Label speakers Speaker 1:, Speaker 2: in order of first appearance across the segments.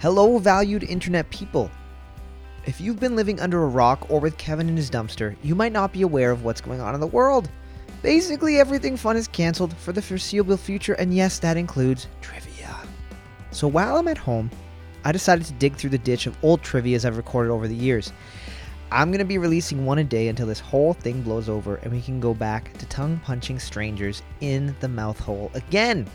Speaker 1: Hello, valued internet people. If you've been living under a rock or with Kevin in his dumpster, you might not be aware of what's going on in the world. Basically, everything fun is canceled for the foreseeable future, and yes, that includes trivia. So while I'm at home, I decided to dig through the ditch of old trivias I've recorded over the years. I'm going to be releasing one a day until this whole thing blows over and we can go back to tongue punching strangers in the mouth hole again.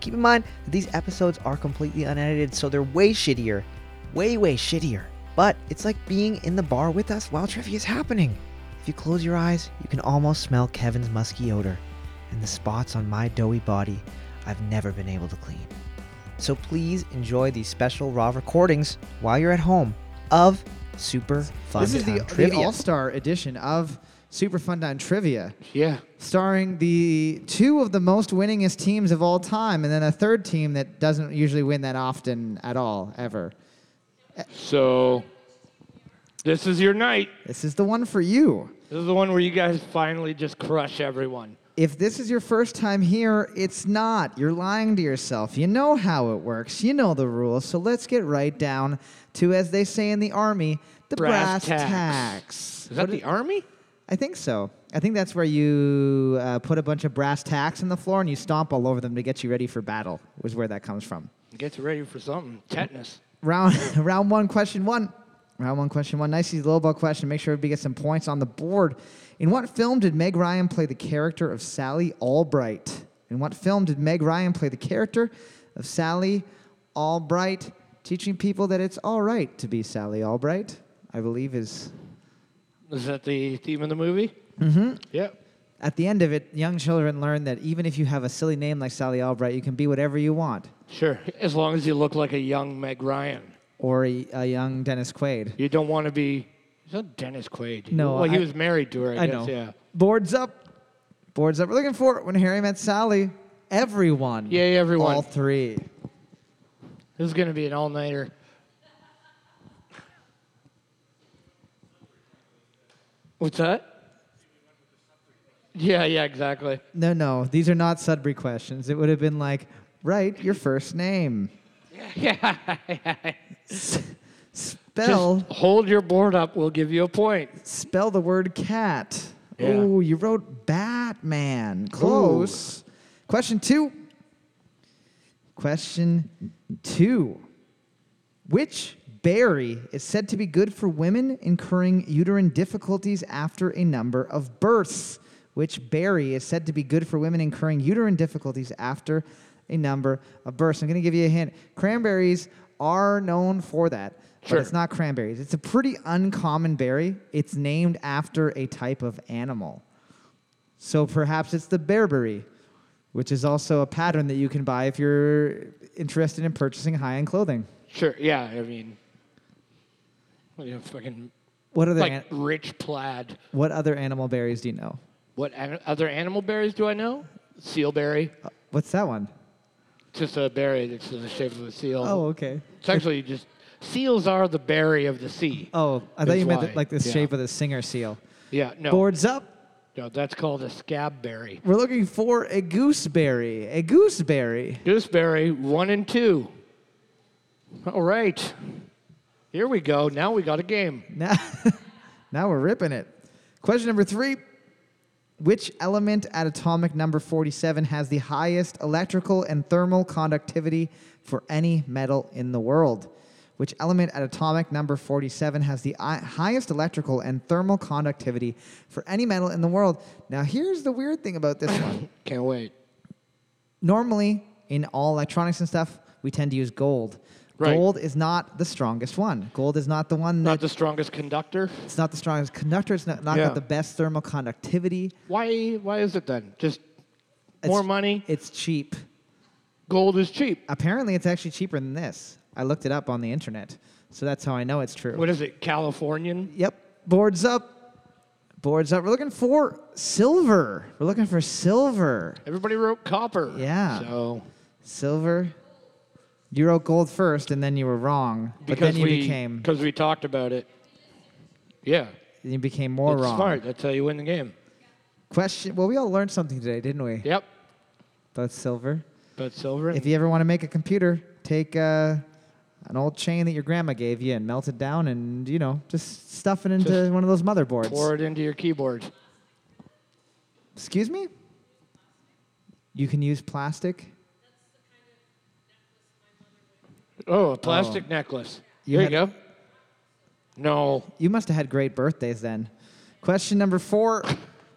Speaker 1: Keep in mind that these episodes are completely unedited, so they're way shittier. Way, way shittier. But it's like being in the bar with us while trivia is happening. If you close your eyes, you can almost smell Kevin's musky odor and the spots on my doughy body I've never been able to clean. So please enjoy these special raw recordings while you're at home of Super Fun
Speaker 2: this is the,
Speaker 1: Time Trivia.
Speaker 2: All Star edition of Super Fun Time Trivia,
Speaker 3: Yeah.
Speaker 2: starring the two of the most winningest teams of all time, and then a third team that doesn't usually win that often at all, ever.
Speaker 3: So this is your night.
Speaker 2: This is the one for you.
Speaker 3: This is the one where you guys finally just crush everyone.
Speaker 2: If this is your first time here, it's not. You're lying to yourself. You know how it works, you know the rules. So let's get right down to, as they say in the Army, the
Speaker 3: Brass
Speaker 2: brass,
Speaker 3: tacks.
Speaker 2: tacks.
Speaker 3: Is that the army?
Speaker 2: I think so. I think that's where you uh, put a bunch of brass tacks in the floor and you stomp all over them to get you ready for battle. Was where that comes from.
Speaker 3: Gets ready for something. Tetanus.
Speaker 2: Round round one, question one. Round one, question one. Nice easy lowball question. Make sure everybody gets some points on the board. In what film did Meg Ryan play the character of Sally Albright? In what film did Meg Ryan play the character of Sally Albright? Teaching people that it's all right to be Sally Albright, I believe, is
Speaker 3: Is that the theme of the movie? Mm-hmm. Yep.
Speaker 2: At the end of it, young children learn that even if you have a silly name like Sally Albright, you can be whatever you want,
Speaker 3: Sure. As long as you look like a young Meg Ryan.
Speaker 2: or a, a young Dennis Quaid.
Speaker 3: You don't want to be. Is that Dennis Quaid?
Speaker 2: No,
Speaker 3: Well,
Speaker 2: I-
Speaker 3: he was married to her, I,
Speaker 2: I
Speaker 3: guess.
Speaker 2: know.
Speaker 3: Yeah.
Speaker 2: Boards up, boards up. We're looking for when Harry met Sally. Everyone.
Speaker 3: Yay, everyone.
Speaker 2: All three.
Speaker 3: This is going to be an all nighter. What's that? Yeah, yeah, exactly.
Speaker 2: No, no, these are not Sudbury questions. It would have been like, write your first name,
Speaker 3: Yeah.
Speaker 2: spell,
Speaker 3: Just hold your board up. We'll give you a point.
Speaker 2: spell the word cat.
Speaker 3: Yeah.
Speaker 2: Oh, you wrote Batman. Close. Question two. Question two. Which berry is said to be good for women incurring uterine difficulties after a number of births? Which berry is said to be good for women incurring uterine difficulties after a number of births? I'm going to give you a hint. Cranberries are known for that,
Speaker 3: Sure.
Speaker 2: but it's not cranberries. It's a pretty uncommon berry. It's named after a type of animal. So perhaps it's the bearberry, which is also a pattern that you can buy if you're interested in purchasing high end clothing.
Speaker 3: Sure. Yeah. I mean, you know, fucking
Speaker 2: What other
Speaker 3: like
Speaker 2: an-
Speaker 3: rich plaid.
Speaker 2: what other animal berries do you know?
Speaker 3: What an- other animal berries do I know? Sealberry.
Speaker 2: Uh, what's that one?
Speaker 3: Just a berry that's in the shape of a seal.
Speaker 2: Oh, okay.
Speaker 3: It's actually just seals are the berry of the sea.
Speaker 2: Oh, I thought
Speaker 3: It's
Speaker 2: you meant
Speaker 3: why,
Speaker 2: the, like the
Speaker 3: yeah.
Speaker 2: shape of the singer seal.
Speaker 3: Yeah. No.
Speaker 2: Boards up.
Speaker 3: No. That's called a scab berry.
Speaker 2: We're looking for a gooseberry. A gooseberry.
Speaker 3: Gooseberry one and two. All right. Here we go. Now we got a game.
Speaker 2: Now, now we're ripping it. Question number three. Which element at atomic number 47 has the highest electrical and thermal conductivity for any metal in the world? Which element at atomic number 47 has the i- highest electrical and thermal conductivity for any metal in the world? Now, here's the weird thing about this one
Speaker 3: Can't wait.
Speaker 2: normally in all electronics and stuff, we tend to use gold.
Speaker 3: Right.
Speaker 2: Gold is not the strongest one. Gold is not the one that
Speaker 3: Not the strongest conductor.
Speaker 2: it's not the strongest conductor. It's not, not
Speaker 3: Yeah.
Speaker 2: got the best thermal conductivity.
Speaker 3: Why? Why is it then? Just
Speaker 2: It's-
Speaker 3: more money.
Speaker 2: It's cheap.
Speaker 3: Gold is cheap.
Speaker 2: Apparently, it's actually cheaper than this. I looked it up on the internet, so that's how I know it's true.
Speaker 3: What is it? Californian.
Speaker 2: Yep. Boards up. Boards up. We're looking for silver. We're looking for silver.
Speaker 3: Everybody wrote copper.
Speaker 2: Yeah.
Speaker 3: So
Speaker 2: Silver. You wrote gold first, and then you were wrong. but
Speaker 3: because
Speaker 2: then you
Speaker 3: we
Speaker 2: became
Speaker 3: because we talked about it. Yeah.
Speaker 2: you became more
Speaker 3: it's
Speaker 2: wrong.
Speaker 3: smart. That's how you win the game.
Speaker 2: Question. Well, we all learned something today, didn't we?
Speaker 3: Yep.
Speaker 2: About silver.
Speaker 3: But silver.
Speaker 2: If you ever want to make a computer, take uh, an old chain that your grandma gave you and melt it down and, you know, just stuff it into one of those motherboards.
Speaker 3: Pour it into your keyboard.
Speaker 2: Excuse me? You can use plastic?
Speaker 3: Oh, a plastic necklace.
Speaker 2: uh, You
Speaker 3: there you go. No.
Speaker 2: You must have had great birthdays then. Question number four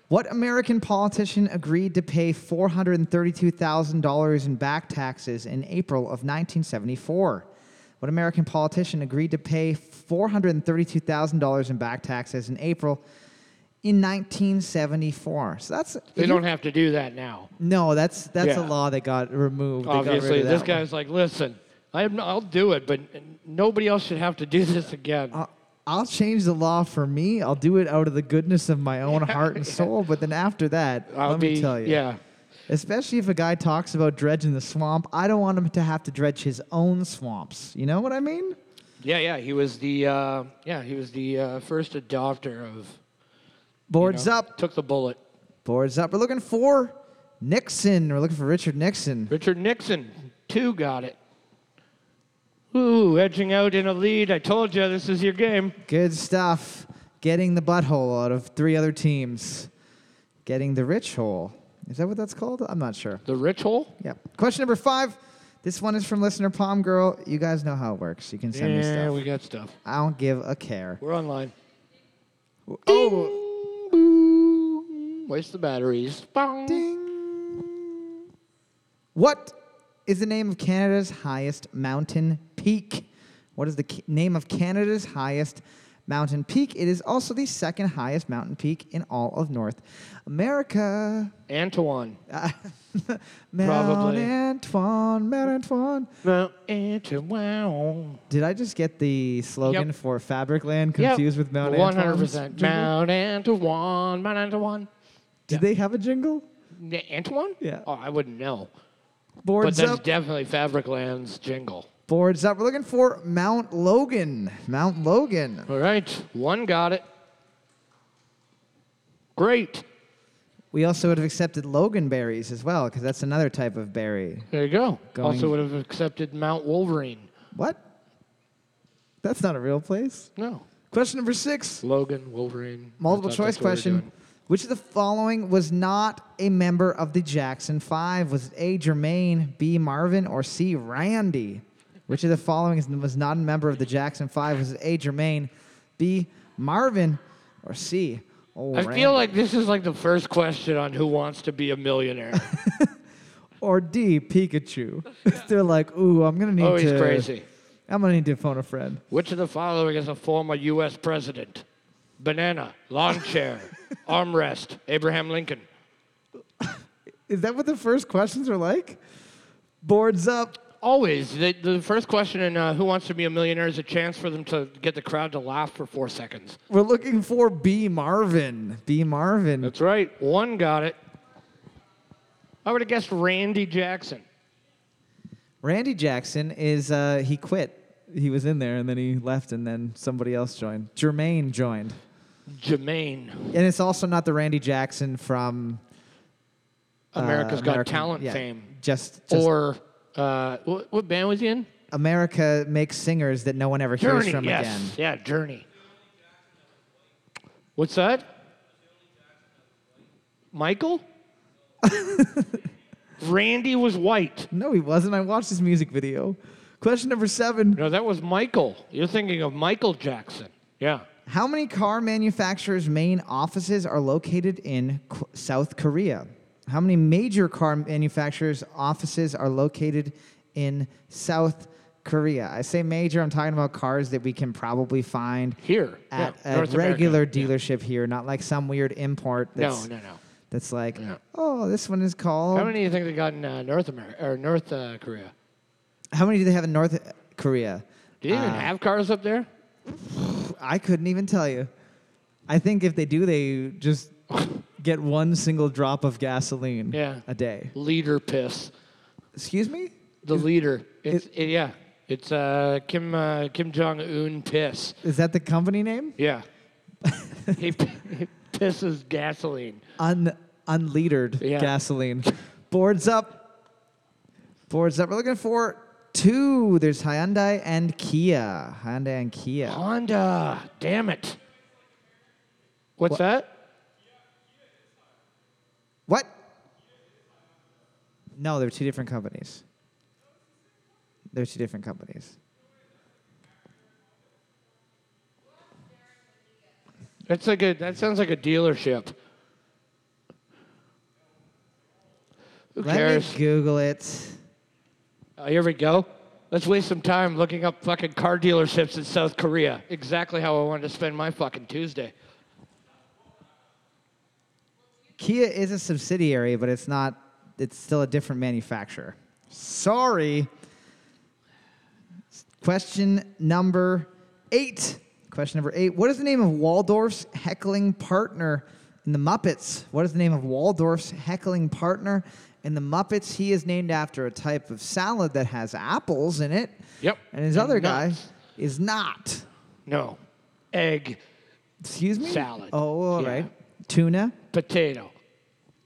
Speaker 2: What American politician agreed to pay $432,000 in back taxes in April of 1974? What American politician agreed to pay $432,000 in back taxes in April in 1974? So that's.
Speaker 3: They
Speaker 2: if you-
Speaker 3: don't have to do that now.
Speaker 2: No, that's that's a
Speaker 3: Yeah.
Speaker 2: law that got removed. They got rid of
Speaker 3: Obviously, this
Speaker 2: that one.
Speaker 3: guy's like, listen, I am, I'll do it, but nobody else should have to do this again.
Speaker 2: I'll, I'll change the law for me. I'll do it out of the goodness of my own heart and soul. But then after that,
Speaker 3: I'll
Speaker 2: let
Speaker 3: be,
Speaker 2: me tell you.
Speaker 3: Yeah.
Speaker 2: Especially if a guy talks about dredging the swamp, I don't want him to have to dredge his own swamps. You know what I mean?
Speaker 3: Yeah, yeah. He was the, uh, yeah, he was the uh, first adopter of. you
Speaker 2: Boards
Speaker 3: know,
Speaker 2: up.
Speaker 3: Took the bullet.
Speaker 2: Boards up. We're looking for Nixon. We're looking for Richard Nixon.
Speaker 3: Richard Nixon, two got it. Ooh, edging out in a lead. I told you this is your game.
Speaker 2: Good stuff. Getting the butthole out of three other teams. Getting the rich hole. Is that what that's called? I'm not sure.
Speaker 3: The rich hole?
Speaker 2: Yep. Question number five. This one is from listener Palm Girl. You guys know how it works. You can send me
Speaker 3: yeah,
Speaker 2: stuff.
Speaker 3: we got stuff.
Speaker 2: I don't give a care.
Speaker 3: We're online.
Speaker 2: Oh,
Speaker 3: Boom. Waste the batteries. Bong.
Speaker 2: ding. What is the name of Canada's highest mountain peak? What is the ca- name of Canada's highest mountain peak? It is also the second highest mountain peak in all of North America.
Speaker 3: Antoine.
Speaker 2: Uh, Mount
Speaker 3: Probably.
Speaker 2: Antoine, Mount Antoine.
Speaker 3: Well, Antoine.
Speaker 2: Did I just get the slogan
Speaker 3: Yep.
Speaker 2: for Fabricland confused with Mount Antoine's
Speaker 3: 100%.
Speaker 2: jingle?
Speaker 3: Mount Antoine. Mount Antoine.
Speaker 2: Did they have a jingle?
Speaker 3: N- Antoine?
Speaker 2: Yeah.
Speaker 3: Oh, I wouldn't know. But
Speaker 2: Boards
Speaker 3: that's
Speaker 2: up.
Speaker 3: definitely Fabricland's jingle.
Speaker 2: Boards up. We're looking for Mount Logan. Mount Logan.
Speaker 3: All right. One got it. Great.
Speaker 2: We also would have accepted Logan berries as well, because that's another type of berry.
Speaker 3: There you go.
Speaker 2: Going-
Speaker 3: Also would have accepted Mount Wolverine.
Speaker 2: What? That's not a real place.
Speaker 3: No.
Speaker 2: Question number six.
Speaker 3: Logan, Wolverine. I
Speaker 2: Multiple
Speaker 3: thought
Speaker 2: choice
Speaker 3: that's what we were doing.
Speaker 2: question. Which of the following was not a member of the Jackson Five? Was it A. Jermaine, B. Marvin, or C. Randy? Which of the following is- was not a member of the Jackson Five? Was it A. Jermaine, B. Marvin, or C. Oh,
Speaker 3: I
Speaker 2: Randy?
Speaker 3: feel like this is like the first question on Who Wants to Be a Millionaire.
Speaker 2: or D. Pikachu. They're like, ooh, I'm gonna need
Speaker 3: oh, he's
Speaker 2: to.
Speaker 3: crazy.
Speaker 2: I'm gonna need to phone a friend.
Speaker 3: Which of the following is a former U.S. president? Banana, lawn chair, armrest, Abraham Lincoln.
Speaker 2: Is that what the first questions are like? Boards up.
Speaker 3: Always, the, the first question in uh, Who Wants to Be a Millionaire is a chance for them to get the crowd to laugh for four seconds.
Speaker 2: We're looking for B. Marvin. B. Marvin.
Speaker 3: That's right. One got it. I would have guessed Randy Jackson.
Speaker 2: Randy Jackson is uh, he quit. He was in there and then he left and then somebody else joined. Jermaine joined.
Speaker 3: Jermaine,
Speaker 2: And it's also not the Randy Jackson from uh,
Speaker 3: America's Got
Speaker 2: American-
Speaker 3: Talent
Speaker 2: yeah,
Speaker 3: fame.
Speaker 2: Just, just
Speaker 3: Or, uh, what, what band was he in?
Speaker 2: America makes singers that no one ever hears
Speaker 3: Journey,
Speaker 2: from
Speaker 3: yes.
Speaker 2: again.
Speaker 3: Yeah, Journey. What's that? Michael? Randy was white.
Speaker 2: No, he wasn't. I watched his music video. Question number seven.
Speaker 3: No, that was Michael. You're thinking of Michael Jackson. Yeah.
Speaker 2: How many car manufacturers' main offices are located in K- South Korea? How many major car manufacturers' offices are located in South Korea? I say major, I'm talking about cars that we can probably find
Speaker 3: Here.
Speaker 2: at
Speaker 3: yeah,
Speaker 2: a
Speaker 3: North America.
Speaker 2: regular
Speaker 3: Yeah.
Speaker 2: dealership here, not like some weird import
Speaker 3: No,
Speaker 2: that's,
Speaker 3: no, no.
Speaker 2: that's like,
Speaker 3: Yeah.
Speaker 2: oh, this one is called.
Speaker 3: How many do you think they got in uh, North America or North uh, Korea?
Speaker 2: How many do they have in North Korea?
Speaker 3: Do they even
Speaker 2: Uh,
Speaker 3: have cars up there?
Speaker 2: I couldn't even tell you. I think if they do, they just get one single drop of gasoline
Speaker 3: Yeah.
Speaker 2: a day.
Speaker 3: Leader piss.
Speaker 2: Excuse me?
Speaker 3: The leader. It's it, yeah. It's uh, Kim uh, Kim Jong Un piss.
Speaker 2: Is that the company name?
Speaker 3: Yeah. he, p- he pisses gasoline.
Speaker 2: Un unleadered
Speaker 3: Yeah.
Speaker 2: gasoline. Boards up. Boards up. We're looking for two, there's Hyundai and Kia. Hyundai and Kia.
Speaker 3: Honda. Damn it. What's
Speaker 2: What?
Speaker 3: that?
Speaker 2: What? No, they're two different companies. They're two different companies.
Speaker 3: That's like a that sounds like a dealership. Who
Speaker 2: Let
Speaker 3: cares?
Speaker 2: me Google it.
Speaker 3: Uh, here we go. Let's waste some time looking up fucking car dealerships in South Korea. Exactly how I wanted to spend my fucking Tuesday.
Speaker 2: Kia is a subsidiary, but it's not. It's still a different manufacturer. Sorry. Question number eight. Question number eight. What is the name of Waldorf's heckling partner in the Muppets? What is the name of Waldorf's heckling partner in the Muppets? He is named after a type of salad that has apples in it.
Speaker 3: Yep.
Speaker 2: And his other guy
Speaker 3: nuts.
Speaker 2: is not.
Speaker 3: No. Egg,
Speaker 2: Excuse me?
Speaker 3: Salad.
Speaker 2: Oh, all
Speaker 3: Yeah.
Speaker 2: right. Tuna,
Speaker 3: potato,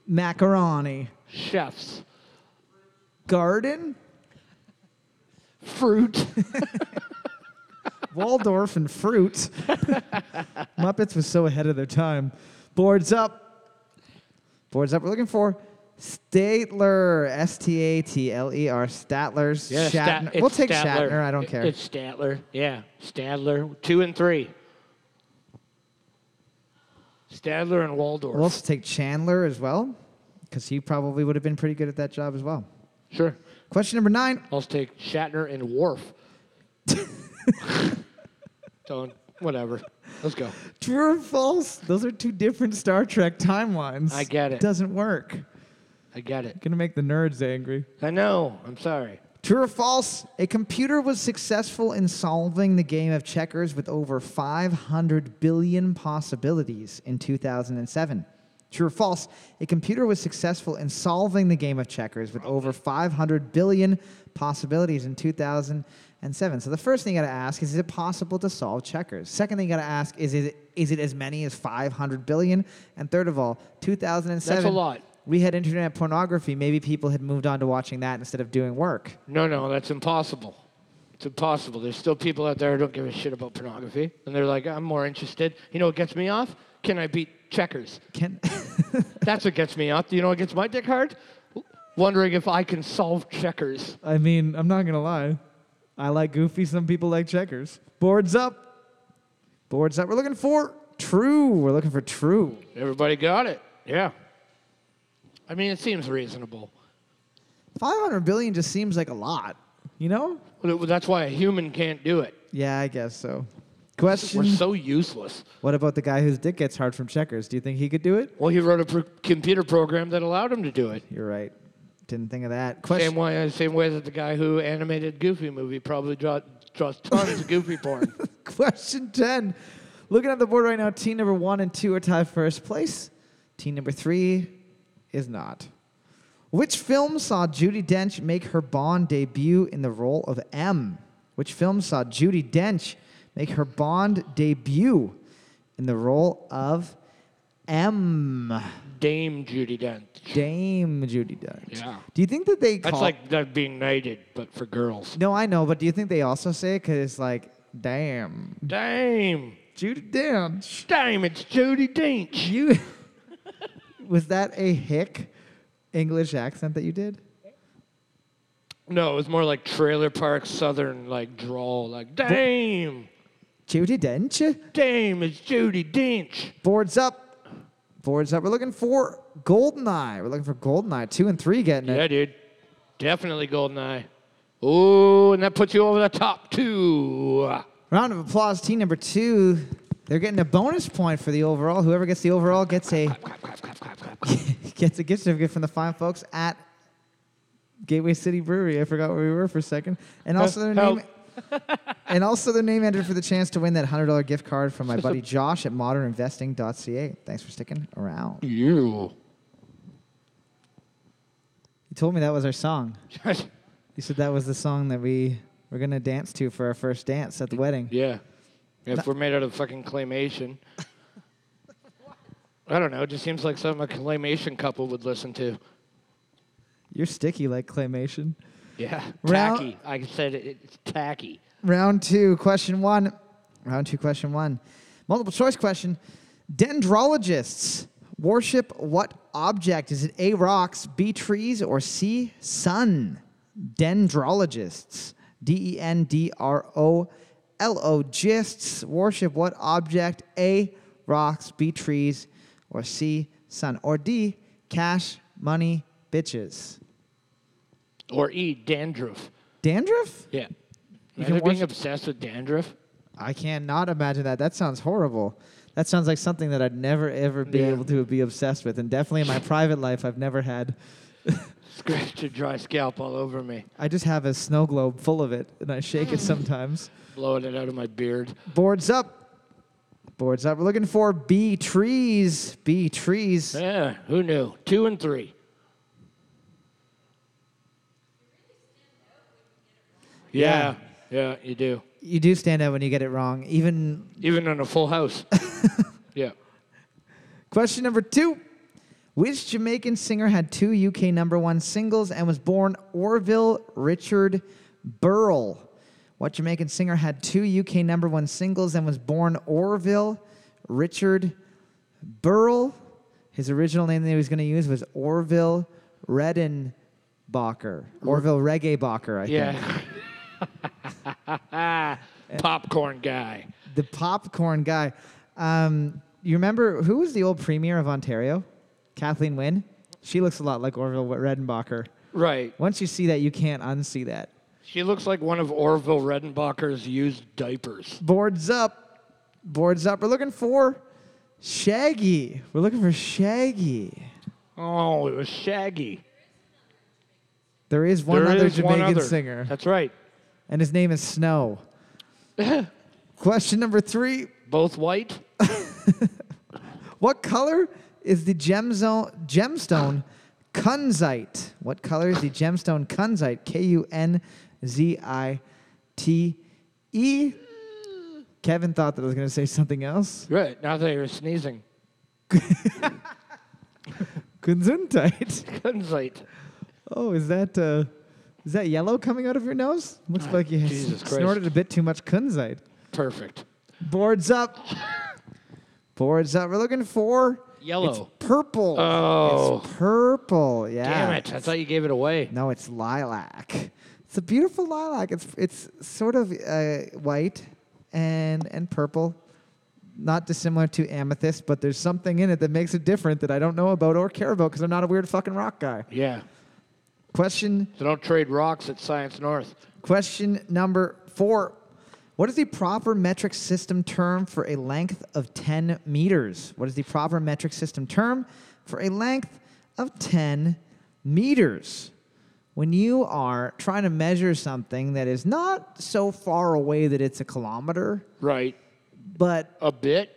Speaker 2: macaroni,
Speaker 3: chefs,
Speaker 2: garden,
Speaker 3: fruit.
Speaker 2: Waldorf and fruit. Muppets was so ahead of their time. Boards up. Boards up. We're looking for Statler. S T A T L E R. Statlers.
Speaker 3: Yeah, Stat-
Speaker 2: Shatner.
Speaker 3: it's
Speaker 2: we'll take
Speaker 3: Statler.
Speaker 2: Shatner. I don't
Speaker 3: It-
Speaker 2: care.
Speaker 3: It's Statler. Yeah, Stadler. Two and three. Stadler and Waldorf.
Speaker 2: We'll also take Chandler as well, because he probably would have been pretty good at that job as well.
Speaker 3: sure.
Speaker 2: Question number nine.
Speaker 3: I'll take Shatner and Worf. Don't. Whatever. Let's go.
Speaker 2: True or false? Those are two different Star Trek timelines.
Speaker 3: I get it.
Speaker 2: Doesn't work.
Speaker 3: I get it.
Speaker 2: Gonna make the nerds angry.
Speaker 3: I know. I'm sorry.
Speaker 2: True or false? A computer was successful in solving the game of checkers with over 500 billion possibilities in 2007. True or false? A computer was successful in solving the game of checkers with over 500 billion possibilities in 2007. So the first thing you got to ask is: Is it possible to solve checkers? Second thing you got to ask is: Is it, is it as many as 500 billion? And third of all, 2007.
Speaker 3: lot.
Speaker 2: We had internet pornography. Maybe people had moved on to watching that instead of doing work.
Speaker 3: No, no, that's impossible. It's impossible. There's still people out there who don't give a shit about pornography, and they're like, I'm more interested. You know what gets me off? Can I beat checkers?
Speaker 2: Can
Speaker 3: That's what gets me off. Do you know what gets my dick hard? Wondering if I can solve checkers.
Speaker 2: I mean, I'm not gonna lie. I like Goofy. Some people like checkers. Boards up. Boards up. We're looking for true. We're looking for true.
Speaker 3: Everybody got it. Yeah. I mean, it seems reasonable.
Speaker 2: 500 billion just seems like a lot. You know?
Speaker 3: Well, That's why a human can't do it.
Speaker 2: Yeah, I guess so.
Speaker 3: We're
Speaker 2: Question:
Speaker 3: so useless.
Speaker 2: What about the guy whose dick gets hard from checkers? Do you think he could do it?
Speaker 3: Well, he wrote a pro- computer program that allowed him to do it.
Speaker 2: You're right. Didn't think of that.
Speaker 3: Same
Speaker 2: Question.
Speaker 3: way, same way that the guy who animated Goofy movie probably draw, draws tons of Goofy porn.
Speaker 2: Question 10. Looking at the board right now, team number one and two are tied first place. Team number three is not. Which film saw Judy Dench make her Bond debut in the role of M? Which film saw Judy Dench make her Bond debut in the role of M?
Speaker 3: Dame Judy Dench.
Speaker 2: Dame Judy Dench.
Speaker 3: Yeah.
Speaker 2: Do you think that they call
Speaker 3: That's like that being knighted, but for girls.
Speaker 2: No, I know, but do you think they also say it cuz it's like damn
Speaker 3: Dame.
Speaker 2: Judy Dench?
Speaker 3: Dame, it's Judy Dench.
Speaker 2: You was that a hick English accent that you did?
Speaker 3: No, it was more like trailer park southern like drawl, like Dame,
Speaker 2: Judy Dench
Speaker 3: Dame is Judy Dench.
Speaker 2: boards up, boards up. We're looking for Goldeneye. We're looking for Goldeneye. Two and three getting it.
Speaker 3: Yeah, dude, definitely Goldeneye. Ooh, and that puts you over the top two.
Speaker 2: Round of applause. Team number two. They're getting a bonus point for the overall. Whoever gets the overall gets a
Speaker 3: Clap, clap, clap, clap, clap, clap.
Speaker 2: gets a gift certificate from the fine folks at Gateway City Brewery. I forgot where we were for a second. And also their
Speaker 3: Help.
Speaker 2: name. and also their name entered for the chance to win that hundred dollar gift card from my buddy Josh at moderninvesting.ca. Thanks for sticking around.
Speaker 3: You.
Speaker 2: You told me that was our song. You said that was the song that we were gonna dance to for our first dance at the wedding.
Speaker 3: yeah. If we're made out of fucking claymation. I don't know. It just seems like something a claymation couple would listen to.
Speaker 2: You're sticky like claymation.
Speaker 3: Yeah.
Speaker 2: Round-
Speaker 3: Tacky. I said it, it's tacky.
Speaker 2: Round two, question one. Round two, question one. Multiple choice question. Dendrologists worship what object? Is it A, rocks, B, trees, or C, sun? Dendrologists. D E N D R O L O gists worship what object? A, rocks, B, trees, or C, sun? Or D, cash, money, bitches.
Speaker 3: Or E, dandruff.
Speaker 2: Dandruff?
Speaker 3: Yeah.
Speaker 2: You
Speaker 3: You
Speaker 2: can
Speaker 3: can being
Speaker 2: worship-
Speaker 3: obsessed with dandruff.
Speaker 2: I cannot imagine that. That sounds horrible. That sounds like something that I'd never ever be
Speaker 3: Yeah.
Speaker 2: able to be obsessed with, and definitely in my private life, I've never had.
Speaker 3: Scratched a dry scalp all over me,
Speaker 2: I just have a snow globe full of it, and I shake it sometimes.
Speaker 3: blowing it out of my beard.
Speaker 2: Boards up, boards up. We're looking for B trees, B trees.
Speaker 3: Yeah, who knew? Two and three. Yeah, yeah, you do.
Speaker 2: You do stand out when you get it wrong. Even
Speaker 3: Even in a full house. yeah.
Speaker 2: question number two: Which Jamaican singer had two UK number one singles and was born Orville Richard Burl? What Jamaican singer had two UK number one singles and was born Orville Richard Burl? His original name that he was going to use was Orville Redenbacher. Orville Reggae Bacher, I think.
Speaker 3: Yeah. Popcorn guy.
Speaker 2: The popcorn guy. Um, you remember who was the old premier of Ontario? Kathleen Wynne? She looks a lot like Orville Redenbacher.
Speaker 3: Right.
Speaker 2: Once you see that, you can't unsee that.
Speaker 3: She looks like one of Orville Redenbacher's used diapers.
Speaker 2: Boards up. Boards up. We're looking for Shaggy. We're looking for Shaggy.
Speaker 3: Oh, it was Shaggy.
Speaker 2: There is one
Speaker 3: There
Speaker 2: other
Speaker 3: is
Speaker 2: Jamaican
Speaker 3: other.
Speaker 2: singer,
Speaker 3: That's right.
Speaker 2: and his name is Snow. Question number three
Speaker 3: Both white.
Speaker 2: What color is the gemzo- gemstone kunzite? What color is the gemstone kunzite? K U N Z I T E. Kevin thought that I was going to say something else.
Speaker 3: Right. Now that you're sneezing.
Speaker 2: Kunzuntite.
Speaker 3: Kunzite.
Speaker 2: Oh, is that uh, is that yellow coming out of your nose? Looks like you
Speaker 3: Ah, Jesus
Speaker 2: s-
Speaker 3: Christ.
Speaker 2: snorted a bit too much kunzite.
Speaker 3: Perfect.
Speaker 2: Boards up. Boards up. We're looking for it's
Speaker 3: Yellow.
Speaker 2: purple.
Speaker 3: Oh.
Speaker 2: It's purple. Yeah.
Speaker 3: Damn it. I thought you gave it away.
Speaker 2: No, it's lilac. It's a beautiful lilac. It's it's sort of uh, white and and purple, not dissimilar to amethyst, but there's something in it that makes it different that I don't know about or care about because I'm not a weird fucking rock guy.
Speaker 3: Yeah.
Speaker 2: Question
Speaker 3: So don't trade rocks at Science North.
Speaker 2: Question number four. What is the proper metric system term for a length of 10 meters? What is the proper metric system term for a length of 10 meters? When you are trying to measure something that is not so far away that it's a kilometer,
Speaker 3: Right.
Speaker 2: but
Speaker 3: A bit.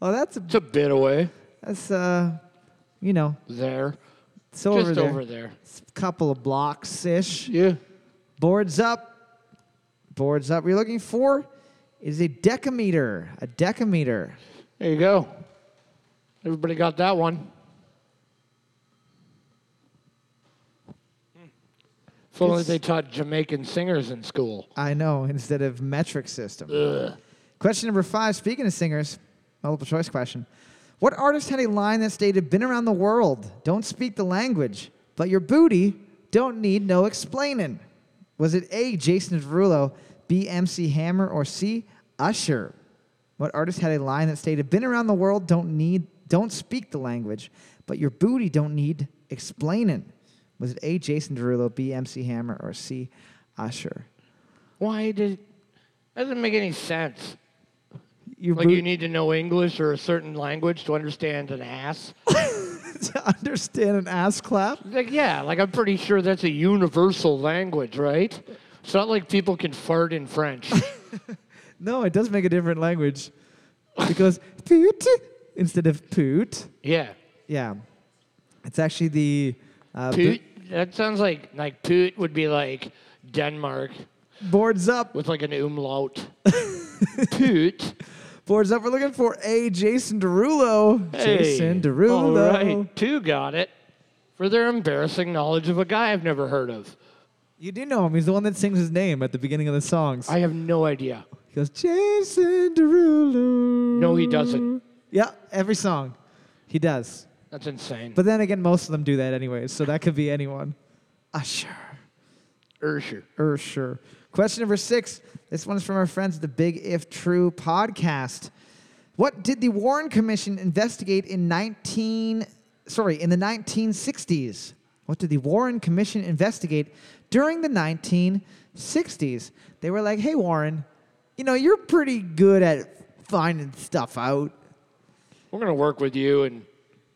Speaker 2: oh, that's a,
Speaker 3: It's a bit away.
Speaker 2: that's uh, you know,
Speaker 3: There.
Speaker 2: it's over
Speaker 3: Just
Speaker 2: there,
Speaker 3: over there.
Speaker 2: It's a couple of blocks ish.
Speaker 3: Yeah.
Speaker 2: Boards up. Boards up. You're looking for is a decameter. A decameter.
Speaker 3: There you go. Everybody got that one. If only they taught Jamaican singers in school.
Speaker 2: I know, instead of metric system. Question number five. Speaking of singers, multiple choice question. What artist had a line that stated, been around the world, don't speak the language, but your booty don't need no explaining? Was it A, Jason Derulo, B, MC Hammer, or C, Usher? What artist had a line that stated, been around the world, don't need, don't speak the language, but your booty don't need explaining? Was it A, Jason Derulo, B, MC Hammer, or C, Usher?
Speaker 3: Why did? That doesn't make any sense.
Speaker 2: Your
Speaker 3: Like
Speaker 2: boot-
Speaker 3: you need to know English or a certain language to understand an ass.
Speaker 2: to understand an ass clap.
Speaker 3: Like yeah, like I'm pretty sure that's a universal language, right? It's not like people can fart in French.
Speaker 2: No, it does make a different language because poot instead of poot.
Speaker 3: yeah,
Speaker 2: Yeah, it's actually the uh, bo-
Speaker 3: poot. That sounds like like poot would be like Denmark
Speaker 2: boards up.
Speaker 3: with like an umlaut. poot.
Speaker 2: Boards up. We're looking for a Jason Derulo.
Speaker 3: Hey,
Speaker 2: Jason Derulo.
Speaker 3: All right, two got it. for their embarrassing knowledge of a guy I've never heard of.
Speaker 2: You do know him. He's the one that sings his name at the beginning of the songs.
Speaker 3: I have no idea.
Speaker 2: he goes, Jason Derulo.
Speaker 3: No, he
Speaker 2: Mm.
Speaker 3: doesn't.
Speaker 2: Yeah, every song. He does.
Speaker 3: That's insane.
Speaker 2: But then again, most of them do that anyways, so that could be anyone. Usher.
Speaker 3: Ursher.
Speaker 2: Er, sure. Question number six. This one's from our friends at the Big If True podcast. What did the Warren Commission investigate in 19 sorry, in the 1960s? What did the Warren Commission investigate during the 1960s? They were like, "Hey Warren, you know, you're pretty good at finding stuff out.
Speaker 3: We're gonna work with you and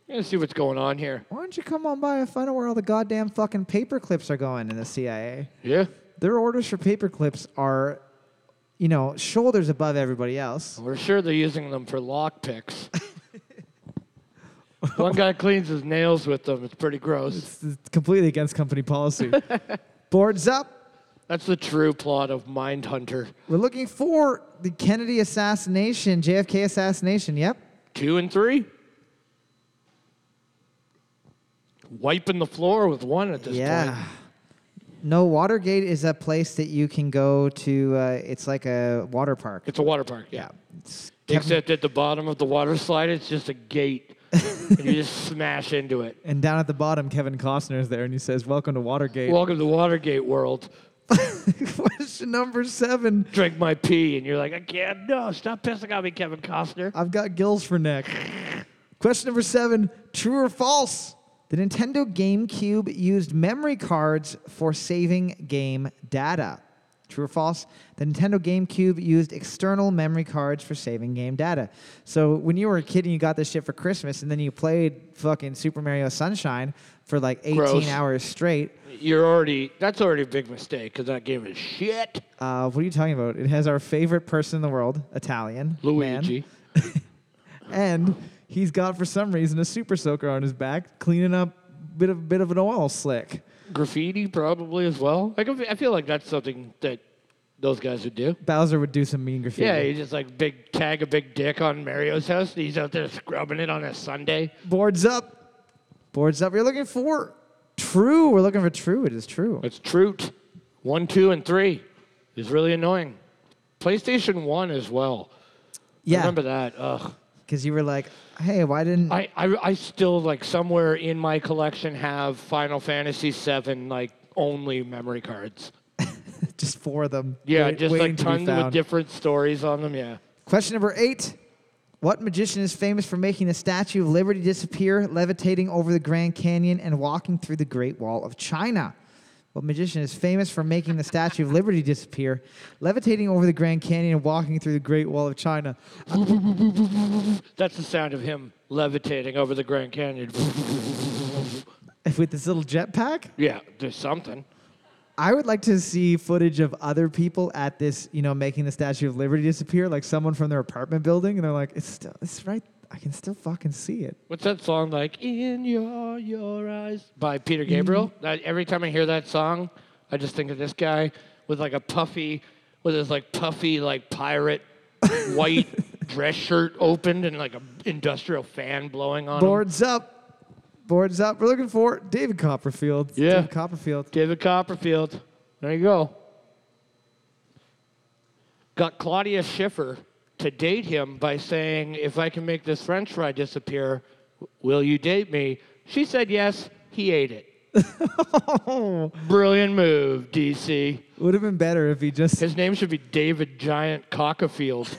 Speaker 3: we're gonna see what's going on here.
Speaker 2: Why don't you come on by and find out where all the goddamn fucking paper clips are going in the CIA?"
Speaker 3: Yeah.
Speaker 2: their orders for paper clips are, you know, shoulders above everybody else.
Speaker 3: We're sure they're using them for lock picks. One guy cleans his nails with them. It's pretty gross.
Speaker 2: It's completely against company policy. Boards up.
Speaker 3: That's the true plot of Mindhunter.
Speaker 2: We're looking for the Kennedy assassination, JFK assassination. Yep.
Speaker 3: Two and three. Wiping the floor with one at this
Speaker 2: yeah.
Speaker 3: point.
Speaker 2: No, Watergate is a place that you can go to. Uh, it's like a water park.
Speaker 3: It's a water park. Yeah.
Speaker 2: It's
Speaker 3: Except at the bottom of the water slide, it's just a gate. and you just smash into it.
Speaker 2: and down at the bottom, Kevin Costner is there, and he says, "Welcome to Watergate."
Speaker 3: Welcome to Watergate world.
Speaker 2: Question number seven.
Speaker 3: Drink my pee, and you're like, I can't. No, stop pissing on me, Kevin Costner.
Speaker 2: I've got gills for neck. Question number seven True or false? The Nintendo GameCube used memory cards for saving game data. True or false? The Nintendo GameCube used external memory cards for saving game data. So when you were a kid and you got this shit for Christmas and then you played fucking Super Mario Sunshine for like 18
Speaker 3: Gross.
Speaker 2: hours straight,
Speaker 3: You're already. That's already a big mistake because that game is shit.
Speaker 2: uh, what are you talking about? It has our favorite person in the world, Italian. man.
Speaker 3: Luigi.
Speaker 2: and he's got for some reason a super soaker on his back, cleaning up bit of bit of an oil slick.
Speaker 3: Graffiti probably as well. I, can, I feel like that's something that those guys would do.
Speaker 2: Bowser would do some mean graffiti.
Speaker 3: Yeah, you just like big tag a big dick on Mario's house, and he's out there scrubbing it on a Sunday.
Speaker 2: Boards up, boards up. We're looking for true. We're looking for true. It is true.
Speaker 3: It's Troot. One, two, and three is really annoying. PlayStation One as well.
Speaker 2: yeah,
Speaker 3: Remember that? Ugh.
Speaker 2: because you were like, hey, why didn't?
Speaker 3: I, I I still like somewhere in my collection have Final Fantasy VII like only memory cards.
Speaker 2: just four of them.
Speaker 3: Yeah,
Speaker 2: wait-
Speaker 3: just
Speaker 2: waiting
Speaker 3: like
Speaker 2: to be
Speaker 3: tons with
Speaker 2: found.
Speaker 3: different stories on them. Yeah.
Speaker 2: Question number eight. What magician is famous for making the Statue of Liberty disappear, levitating over the Grand Canyon, and walking through the Great Wall of China? What magician is famous for making the Statue of Liberty disappear, levitating over the Grand Canyon, and walking through the Great Wall of China?
Speaker 3: That's the sound of him levitating over the Grand Canyon.
Speaker 2: With this little jetpack?
Speaker 3: yeah, there's something.
Speaker 2: I would like to see footage of other people at this, you know, making the Statue of Liberty disappear, like someone from their apartment building, and they're like, it's still, it's right, I can still fucking see it.
Speaker 3: What's that song like? In your your eyes by
Speaker 2: Mm-hmm.
Speaker 3: Peter Gabriel. That every time I hear that song, I just think of this guy with like a puffy, with his like puffy like pirate white dress shirt opened and like a industrial fan blowing on him.
Speaker 2: Boards up. Boards up. We're looking for David Copperfield.
Speaker 3: Yeah.
Speaker 2: David Copperfield.
Speaker 3: David Copperfield. There you go. Got Claudia Schiffer to date him by saying, if I can make this french fry disappear, w- will you date me? She said yes. He ate it. Brilliant move, DC.
Speaker 2: Would have been better if he just.
Speaker 3: His name should be David Giant Cockerfield.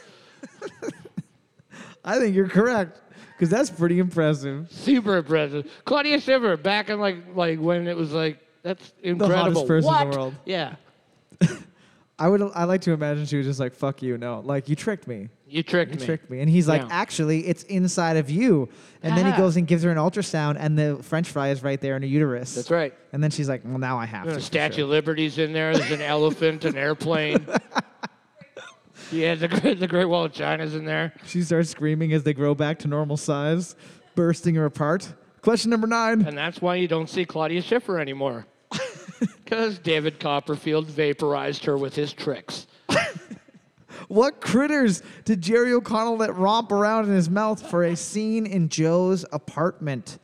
Speaker 2: I think you're correct because that's pretty impressive.
Speaker 3: Super impressive. Claudia Schiffer back in like like when it was like that's incredible.
Speaker 2: person in the
Speaker 3: What?
Speaker 2: world.
Speaker 3: Yeah.
Speaker 2: I would. I like to imagine she was just like, "Fuck you, no, like you tricked me,
Speaker 3: You tricked
Speaker 2: you
Speaker 3: me.
Speaker 2: tricked me." And he's like,
Speaker 3: Yeah.
Speaker 2: "Actually, it's inside of you." And then he
Speaker 3: Ah.
Speaker 2: goes and gives her an ultrasound, and the French fry is right there in her uterus.
Speaker 3: That's right.
Speaker 2: And then she's like, "Well, now I have
Speaker 3: There's
Speaker 2: to."
Speaker 3: a
Speaker 2: for
Speaker 3: Statue
Speaker 2: sure."
Speaker 3: of Liberty's in there. There's an elephant, an airplane. Yeah, the, Great- the Great Wall of China's in there.
Speaker 2: She starts screaming as they grow back to normal size, bursting her apart. Question number nine.
Speaker 3: And that's why you don't see Claudia Schiffer anymore. Because David Copperfield vaporized her with his tricks.
Speaker 2: What critters did Jerry O'Connell let romp around in his mouth for a scene in Joe's apartment?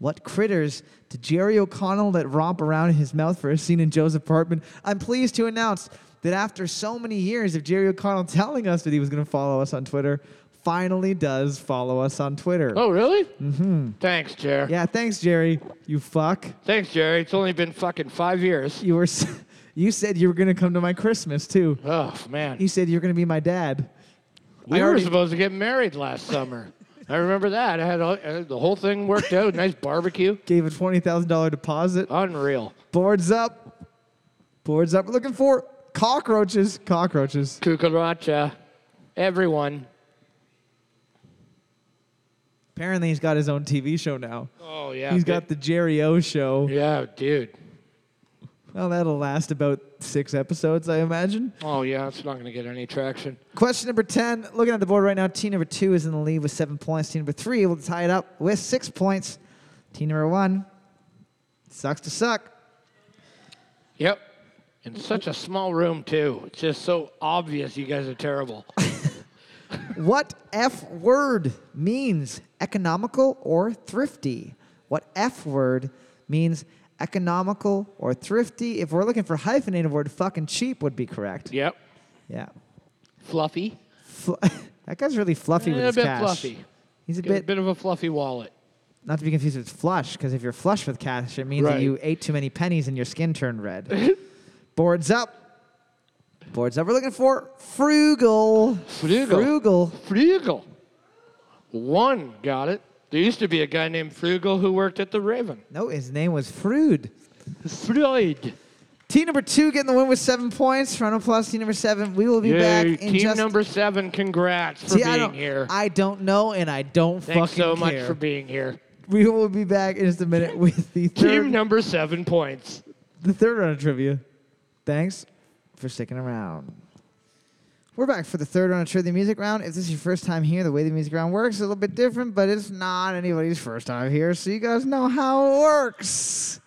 Speaker 2: What critters did Jerry O'Connell let romp around his mouth for a scene in Joe's apartment? I'm pleased to announce that after so many years of Jerry O'Connell telling us that he was going to follow us on Twitter, finally does follow us on Twitter.
Speaker 3: Oh, really? Mm-hmm. Thanks, Jer.
Speaker 2: Yeah, thanks, Jerry. You fuck.
Speaker 3: Thanks, Jerry. It's only been fucking five years.
Speaker 2: You were, s- you said you were going to come to my Christmas too.
Speaker 3: Oh, man.
Speaker 2: You said you're going to be my dad.
Speaker 3: We were supposed to get married last summer. I remember that. I had, all, I had the whole thing worked out. Nice barbecue.
Speaker 2: gave a twenty thousand dollar deposit.
Speaker 3: Unreal.
Speaker 2: Boards up. Boards up. We're looking for cockroaches. Cockroaches.
Speaker 3: Cucaracha. Everyone.
Speaker 2: Apparently, he's got his own TV show now.
Speaker 3: Oh, yeah.
Speaker 2: He's got the Jerry O show.
Speaker 3: Yeah, dude.
Speaker 2: Well, that'll last about six episodes, I imagine.
Speaker 3: Oh, yeah. It's not going to get any traction.
Speaker 2: Question number 10. Looking at the board right now, team number two is in the lead with seven points. Team number three able to tie it up with six points. Team number one sucks to suck.
Speaker 3: Yep. In such a small room, too. It's just so obvious you guys are terrible.
Speaker 2: What F word means economical or thrifty? What F word means economical or thrifty? If we're looking for hyphenated word, fucking cheap would be correct.
Speaker 3: Yep.
Speaker 2: Yeah.
Speaker 3: Fluffy.
Speaker 2: Fl- that guy's really fluffy with
Speaker 3: And a
Speaker 2: his
Speaker 3: bit
Speaker 2: cash.
Speaker 3: fluffy.
Speaker 2: He's a
Speaker 3: Got a
Speaker 2: bit,
Speaker 3: bit of a fluffy wallet.
Speaker 2: not to be confused with flush, because if you're flush with cash, it means that
Speaker 3: Right.
Speaker 2: you ate too many pennies and your skin turned red. Boards up. Boards up. We're looking for frugal.
Speaker 3: Frugal.
Speaker 2: Frugal.
Speaker 3: Frugal. One got it. There used to be a guy named Frugal who worked at the Raven.
Speaker 2: No, his name was Frood.
Speaker 3: Freud.
Speaker 2: Team number two getting the win with seven points. Round of applause, team number seven. We will be back
Speaker 3: Yay,
Speaker 2: in
Speaker 3: team
Speaker 2: just.
Speaker 3: number seven, congrats for
Speaker 2: See,
Speaker 3: being
Speaker 2: I don't,
Speaker 3: here.
Speaker 2: I don't know, and I don't
Speaker 3: Thanks
Speaker 2: fucking
Speaker 3: so much
Speaker 2: care.
Speaker 3: for being here.
Speaker 2: we will be back in just a minute with the
Speaker 3: Team
Speaker 2: third,
Speaker 3: number seven points.
Speaker 2: the third round of trivia. Thanks for sticking around. We're back for the third round of trivia music round. If this is your first time here, the way the music round works is a little bit different, but it's not anybody's first time here, so you guys know how it works.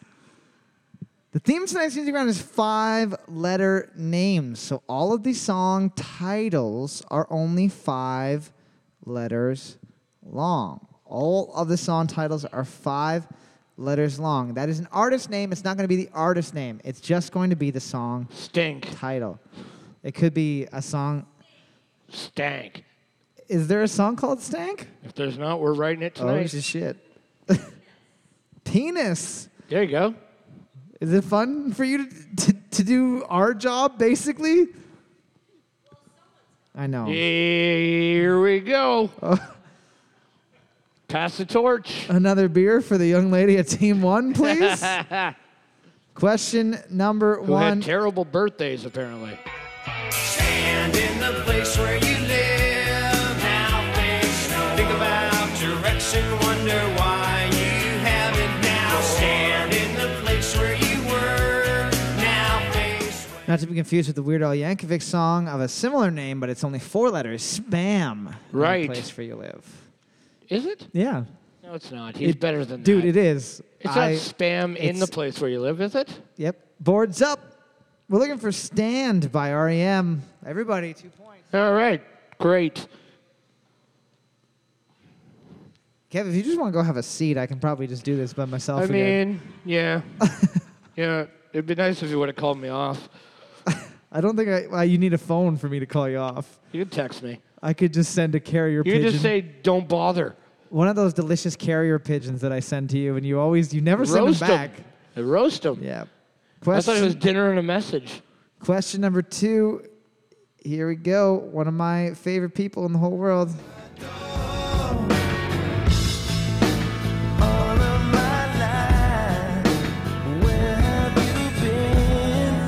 Speaker 2: The theme of tonight's music round is five letter names. So all of the song titles are only five letters long. All of the song titles are five letters long. That is an artist name. It's not going to be the artist name, it's just going to be the song
Speaker 3: Stink.
Speaker 2: title. It could be a song.
Speaker 3: Stank.
Speaker 2: Is there a song called Stank?
Speaker 3: If there's not, we're writing it
Speaker 2: Oh,
Speaker 3: tonight.
Speaker 2: it's a shit. Penis.
Speaker 3: there you go.
Speaker 2: Is it fun for you to, to, to do our job, basically? I know.
Speaker 3: Here we go.
Speaker 2: Oh.
Speaker 3: Pass the torch.
Speaker 2: Another beer for the young lady at Team One, please. Question number
Speaker 3: Who
Speaker 2: one.
Speaker 3: had terrible birthdays, apparently.
Speaker 4: Stand in the place where you live. Now face no. Think about direction, wonder why you have it now. Stand in the place where you were. Now face.
Speaker 2: Not to be confused with the Weird Al Yankovic song of a similar name, but it's only four letters. Spam. The
Speaker 3: Right.
Speaker 2: Place where you live.
Speaker 3: Is it?
Speaker 2: Yeah.
Speaker 3: No, it's not. He's
Speaker 2: It-
Speaker 3: better than
Speaker 2: Dude,
Speaker 3: that.
Speaker 2: it is.
Speaker 3: It's
Speaker 2: I-
Speaker 3: not spam in the
Speaker 2: it's-
Speaker 3: place where you live, is it?
Speaker 2: Yep. Boards up. We're looking for Stand by REM. Everybody, two points.
Speaker 3: All right. Great.
Speaker 2: Kev, if you just want to go have a seat, I can probably just do this by myself.
Speaker 3: I
Speaker 2: again.
Speaker 3: mean, yeah. yeah. It'd be nice if you would have called me off.
Speaker 2: I don't think I. Well, you need a phone for me to call you off.
Speaker 3: You could text me.
Speaker 2: I could just send a carrier
Speaker 3: You could
Speaker 2: pigeon.
Speaker 3: just say, don't bother.
Speaker 2: one of those delicious carrier pigeons that I send to you, and you always, you never send
Speaker 3: Roast
Speaker 2: them
Speaker 3: 'em.
Speaker 2: back.
Speaker 3: Roast them. I
Speaker 2: Yeah.
Speaker 3: thought
Speaker 2: Question,
Speaker 3: it was dinner and a message.
Speaker 2: question number two. Here we go. One of my favorite people in the whole world.
Speaker 4: All of my life, where have you been?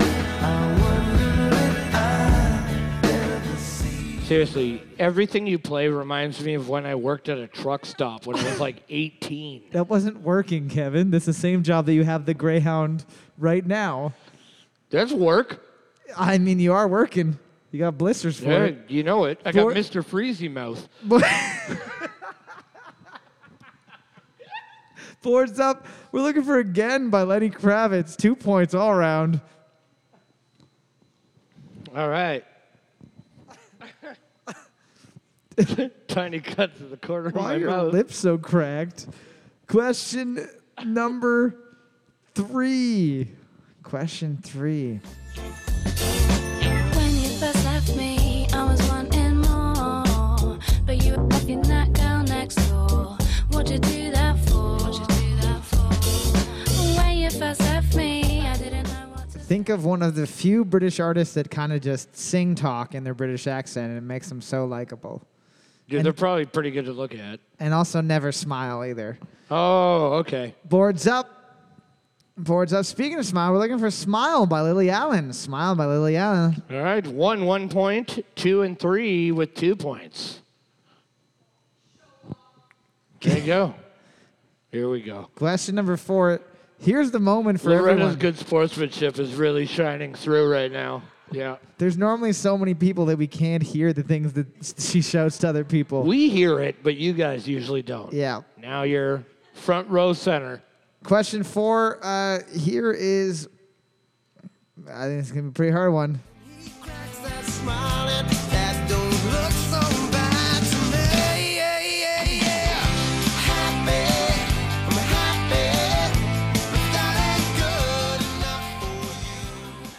Speaker 4: I wonder if I ever see.
Speaker 3: Seriously, everything you play reminds me of when I worked at a truck stop when I was like 18.
Speaker 2: That wasn't working, Kevin. That's the same job that you have the Greyhound right now.
Speaker 3: That's work.
Speaker 2: I mean, you are working. You got blisters for
Speaker 3: Yeah,
Speaker 2: it.
Speaker 3: you know it. I got
Speaker 2: For-
Speaker 3: Mr. Freezy mouth.
Speaker 2: Boards up. We're looking for again by Lenny Kravitz. Two points all around.
Speaker 3: All right. Tiny cut to the corner of
Speaker 2: Why
Speaker 3: my
Speaker 2: are your
Speaker 3: mouth.
Speaker 2: lips so cracked? Question number three. Question three.
Speaker 5: When you first left me, I was wanting more. But you were fucking that girl next door. What'd you do that for? What'd you do that for? When you first left me, I didn't know what to
Speaker 2: Think of one of the few British artists that kind of just sing talk in their British accent and it makes them so likable.
Speaker 3: Dude, they're probably pretty good to look at.
Speaker 2: And also never smile either.
Speaker 3: Oh, okay.
Speaker 2: Boards up. Boards up. Speaking of smile, we're looking for Smile by Lily Allen. Smile by Lily Allen.
Speaker 3: All right, one one point, two and three with two points. There you go. Here we go.
Speaker 2: Question number four. Here's the moment for
Speaker 3: Loretta's
Speaker 2: everyone.
Speaker 3: good sportsmanship is really shining through right now. Yeah.
Speaker 2: There's normally so many people that we can't hear the things that s- she shouts to other people.
Speaker 3: We hear it, but you guys usually don't.
Speaker 2: yeah.
Speaker 3: Now you're front row center.
Speaker 2: Question four. Uh, here is. I think it's gonna be a pretty hard one.
Speaker 4: Cracks that smile and that don't look so bad to me. Yeah, yeah, yeah. Happy, I'm happy, but that ain't good enough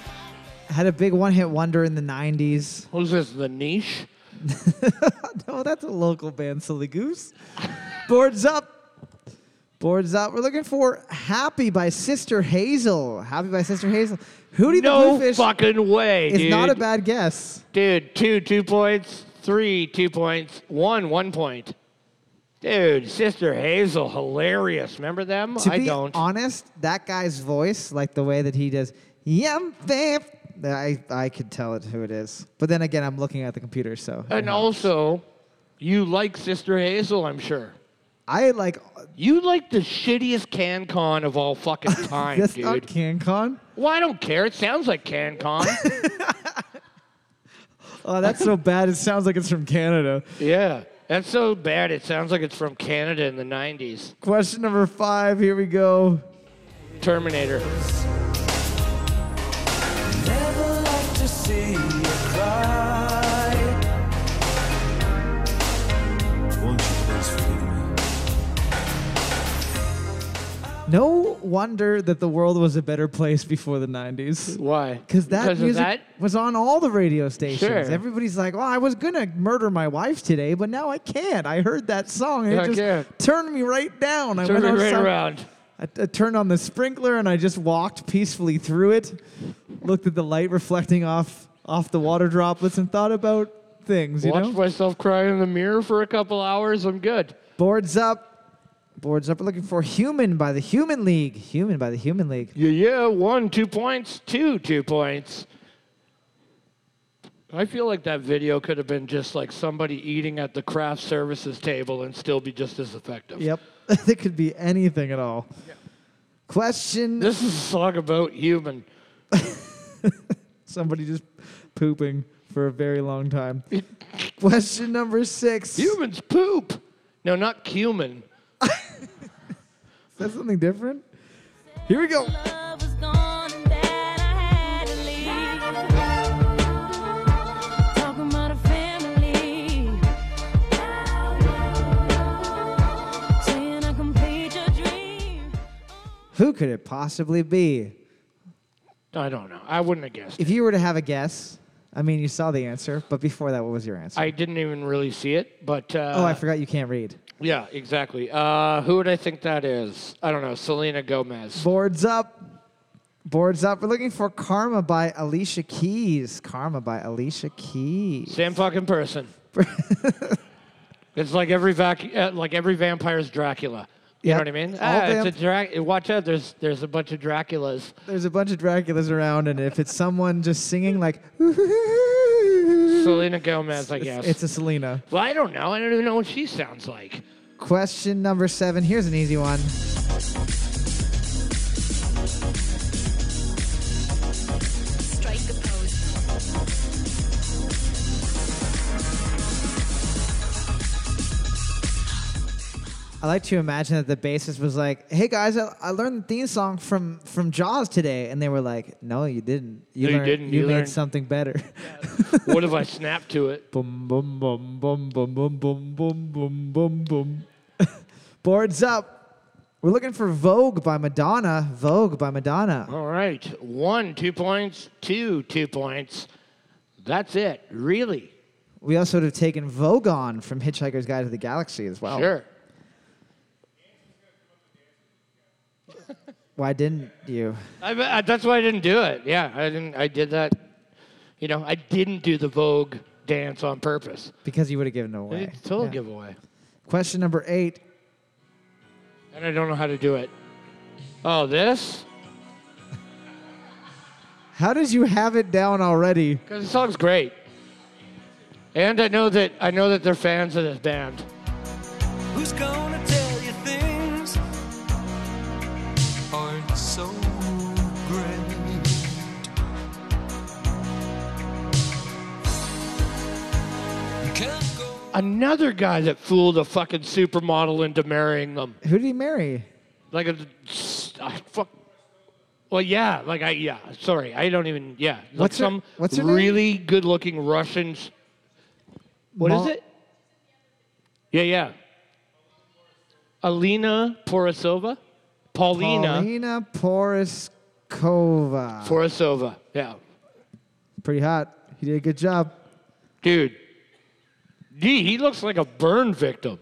Speaker 4: for
Speaker 2: Had a big one-hit wonder in the '90s.
Speaker 3: What is this? The niche?
Speaker 2: no, that's a local band, Silly Goose. Boards up. Boards up. We're looking for "Happy" by Sister Hazel. "Happy" by Sister Hazel. Hootie the
Speaker 3: No
Speaker 2: Bluefish
Speaker 3: fucking way,
Speaker 2: is
Speaker 3: dude.
Speaker 2: not a bad guess.
Speaker 3: Dude, two two points, three two points, one one point. Dude, Sister Hazel, hilarious. Remember them?
Speaker 2: To
Speaker 3: I
Speaker 2: be
Speaker 3: don't.
Speaker 2: honest, that guy's voice, like the way that he does, yum, fam, I, I could tell it who it is. But then again, I'm looking at the computer, so.
Speaker 3: and also, you like Sister Hazel, I'm sure.
Speaker 2: I like,
Speaker 3: You like the shittiest CanCon of all fucking time,
Speaker 2: that's
Speaker 3: dude.
Speaker 2: not CanCon.
Speaker 3: Well, I don't care. It sounds like CanCon.
Speaker 2: Oh, that's so bad. It sounds like it's from Canada.
Speaker 3: yeah. That's so bad. It sounds like it's from Canada in the 90s.
Speaker 2: Question number five, here we go.
Speaker 3: Terminator.
Speaker 4: Never like to see you cry. Won't you please forgive me?
Speaker 2: No wonder that the world was a better place before the 90s.
Speaker 3: Why?
Speaker 2: Because that
Speaker 3: because
Speaker 2: music
Speaker 3: of that?
Speaker 2: was on all the radio stations.
Speaker 3: Sure.
Speaker 2: Everybody's like, "Well, I was gonna murder my wife today, but now I can't. I heard that song and
Speaker 3: Yeah, I
Speaker 2: it just
Speaker 3: can't.
Speaker 2: turned me right down. I
Speaker 3: Turn it right
Speaker 2: outside-
Speaker 3: around.
Speaker 2: I, I turned on the sprinkler and I just walked peacefully through it. Looked at the light reflecting off off the water droplets and thought about things. You
Speaker 3: Watch
Speaker 2: know,
Speaker 3: myself cry in the mirror for a couple hours. I'm good.
Speaker 2: boards up, boards up. We're looking for "Human" by the Human League. "Human" by the Human League.
Speaker 3: Yeah, yeah. One, two points. Two, two points. I feel like that video could have been just like somebody eating at the craft services table and still be just as effective.
Speaker 2: Yep. it could be anything at all. Question
Speaker 3: This is a song about human.
Speaker 2: somebody just pooping for a very long time. Question number six.
Speaker 3: Humans poop. No, not cumin.
Speaker 2: Is that something different? Here we go.
Speaker 5: Love was gone and that I had to leave. Talking about a family. Saying I complete your dream.
Speaker 2: Who could it possibly be?
Speaker 3: I don't know. I wouldn't have guessed.
Speaker 2: If you were to have a guess, I mean, you saw the answer, but before that, what was your answer?
Speaker 3: I didn't even really see it, but uh,
Speaker 2: oh, I forgot you can't read.
Speaker 3: yeah, exactly. Uh, who would I think that is? I don't know. Selena Gomez.
Speaker 2: Boards up. Boards up. We're looking for Karma by Alicia Keys. Karma by Alicia Keys.
Speaker 3: Same fucking person. it's like every vac- uh, like every vampire's Dracula. You
Speaker 2: Yep.
Speaker 3: know what I mean?
Speaker 2: All
Speaker 3: Ah, it's
Speaker 2: vamp-
Speaker 3: a Drac- Watch out! There's there's a bunch of Draculas.
Speaker 2: There's a bunch of Draculas around, and if it's someone just singing like,
Speaker 3: Selena Gomez, I
Speaker 2: it's,
Speaker 3: guess.
Speaker 2: it's a Selena.
Speaker 3: well, I don't know. I don't even know what she sounds like.
Speaker 2: Question number seven. Here's an easy one.
Speaker 5: Strike a pose.
Speaker 2: I like to imagine that the bassist was like, "Hey guys, I, I learned the theme song from from Jaws today," and they were like, "No, you didn't.
Speaker 3: No, you
Speaker 2: learned-
Speaker 3: didn't.
Speaker 2: You,
Speaker 3: You
Speaker 2: made
Speaker 3: learned-
Speaker 2: something better."
Speaker 3: what if I snap to it?
Speaker 2: boom, boom, boom, boom, boom, boom, boom, boom, boom, boom, boom. Boards up. We're looking for Vogue by Madonna. Vogue by Madonna.
Speaker 3: All right. One, two points. Two, two points. That's it. Really?
Speaker 2: We also would have taken Vogue on from Hitchhiker's Guide to the Galaxy as well.
Speaker 3: Sure.
Speaker 2: Why didn't you?
Speaker 3: I, I, that's why I didn't do it. Yeah, I didn't. I did that. You know, I didn't do the Vogue dance on purpose.
Speaker 2: Because you would have given it away.
Speaker 3: It's a total
Speaker 2: Yeah.
Speaker 3: giveaway.
Speaker 2: Question number eight.
Speaker 3: And I don't know how to do it. Oh, this?
Speaker 2: How did you have it down already?
Speaker 3: Because the song's great. And I know that I know that they're fans of this band.
Speaker 4: Who's gonna tell you things aren't so great? You can't go
Speaker 3: Another guy that fooled a fucking supermodel into marrying them.
Speaker 2: Who did he marry?
Speaker 3: Like a I fuck. Well, yeah, like I yeah. Sorry, I don't even yeah. Like
Speaker 2: What's her-
Speaker 3: some
Speaker 2: what's her name?
Speaker 3: really good-looking Russian. s- What is
Speaker 2: Mo-
Speaker 3: it? Yeah, yeah. Alina Porosova, Paulina
Speaker 2: Paulina Poroskova.
Speaker 3: Porosova. Yeah,
Speaker 2: Pretty hot. He did a good job.
Speaker 3: dude. Gee, he looks like a burn victim.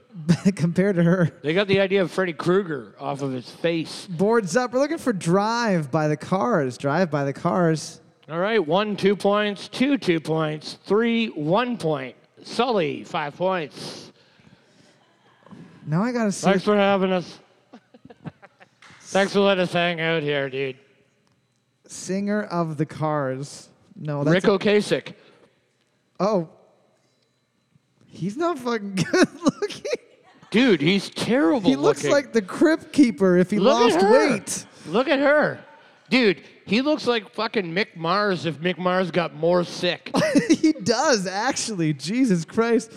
Speaker 2: Compared to her.
Speaker 3: They got the idea of Freddy Krueger off of his face.
Speaker 2: Boards up. We're looking for Drive by the Cars. Drive by the Cars.
Speaker 3: All right, one, two points, two, two points, three, one point. Sully, five points.
Speaker 2: Now I gotta see.
Speaker 3: Thanks for having us. Thanks for letting us hang out here, dude.
Speaker 2: Singer of the Cars. No, that's.
Speaker 3: Rick Ocasek.
Speaker 2: oh. He's not fucking good looking.
Speaker 3: Dude, he's terrible.
Speaker 2: He looks
Speaker 3: looking.
Speaker 2: like the Crypt Keeper if he
Speaker 3: Look at
Speaker 2: lost
Speaker 3: her.
Speaker 2: weight.
Speaker 3: Look at her. Dude, he looks like fucking Mick Mars if Mick Mars got more sick.
Speaker 2: he does actually. Jesus Christ.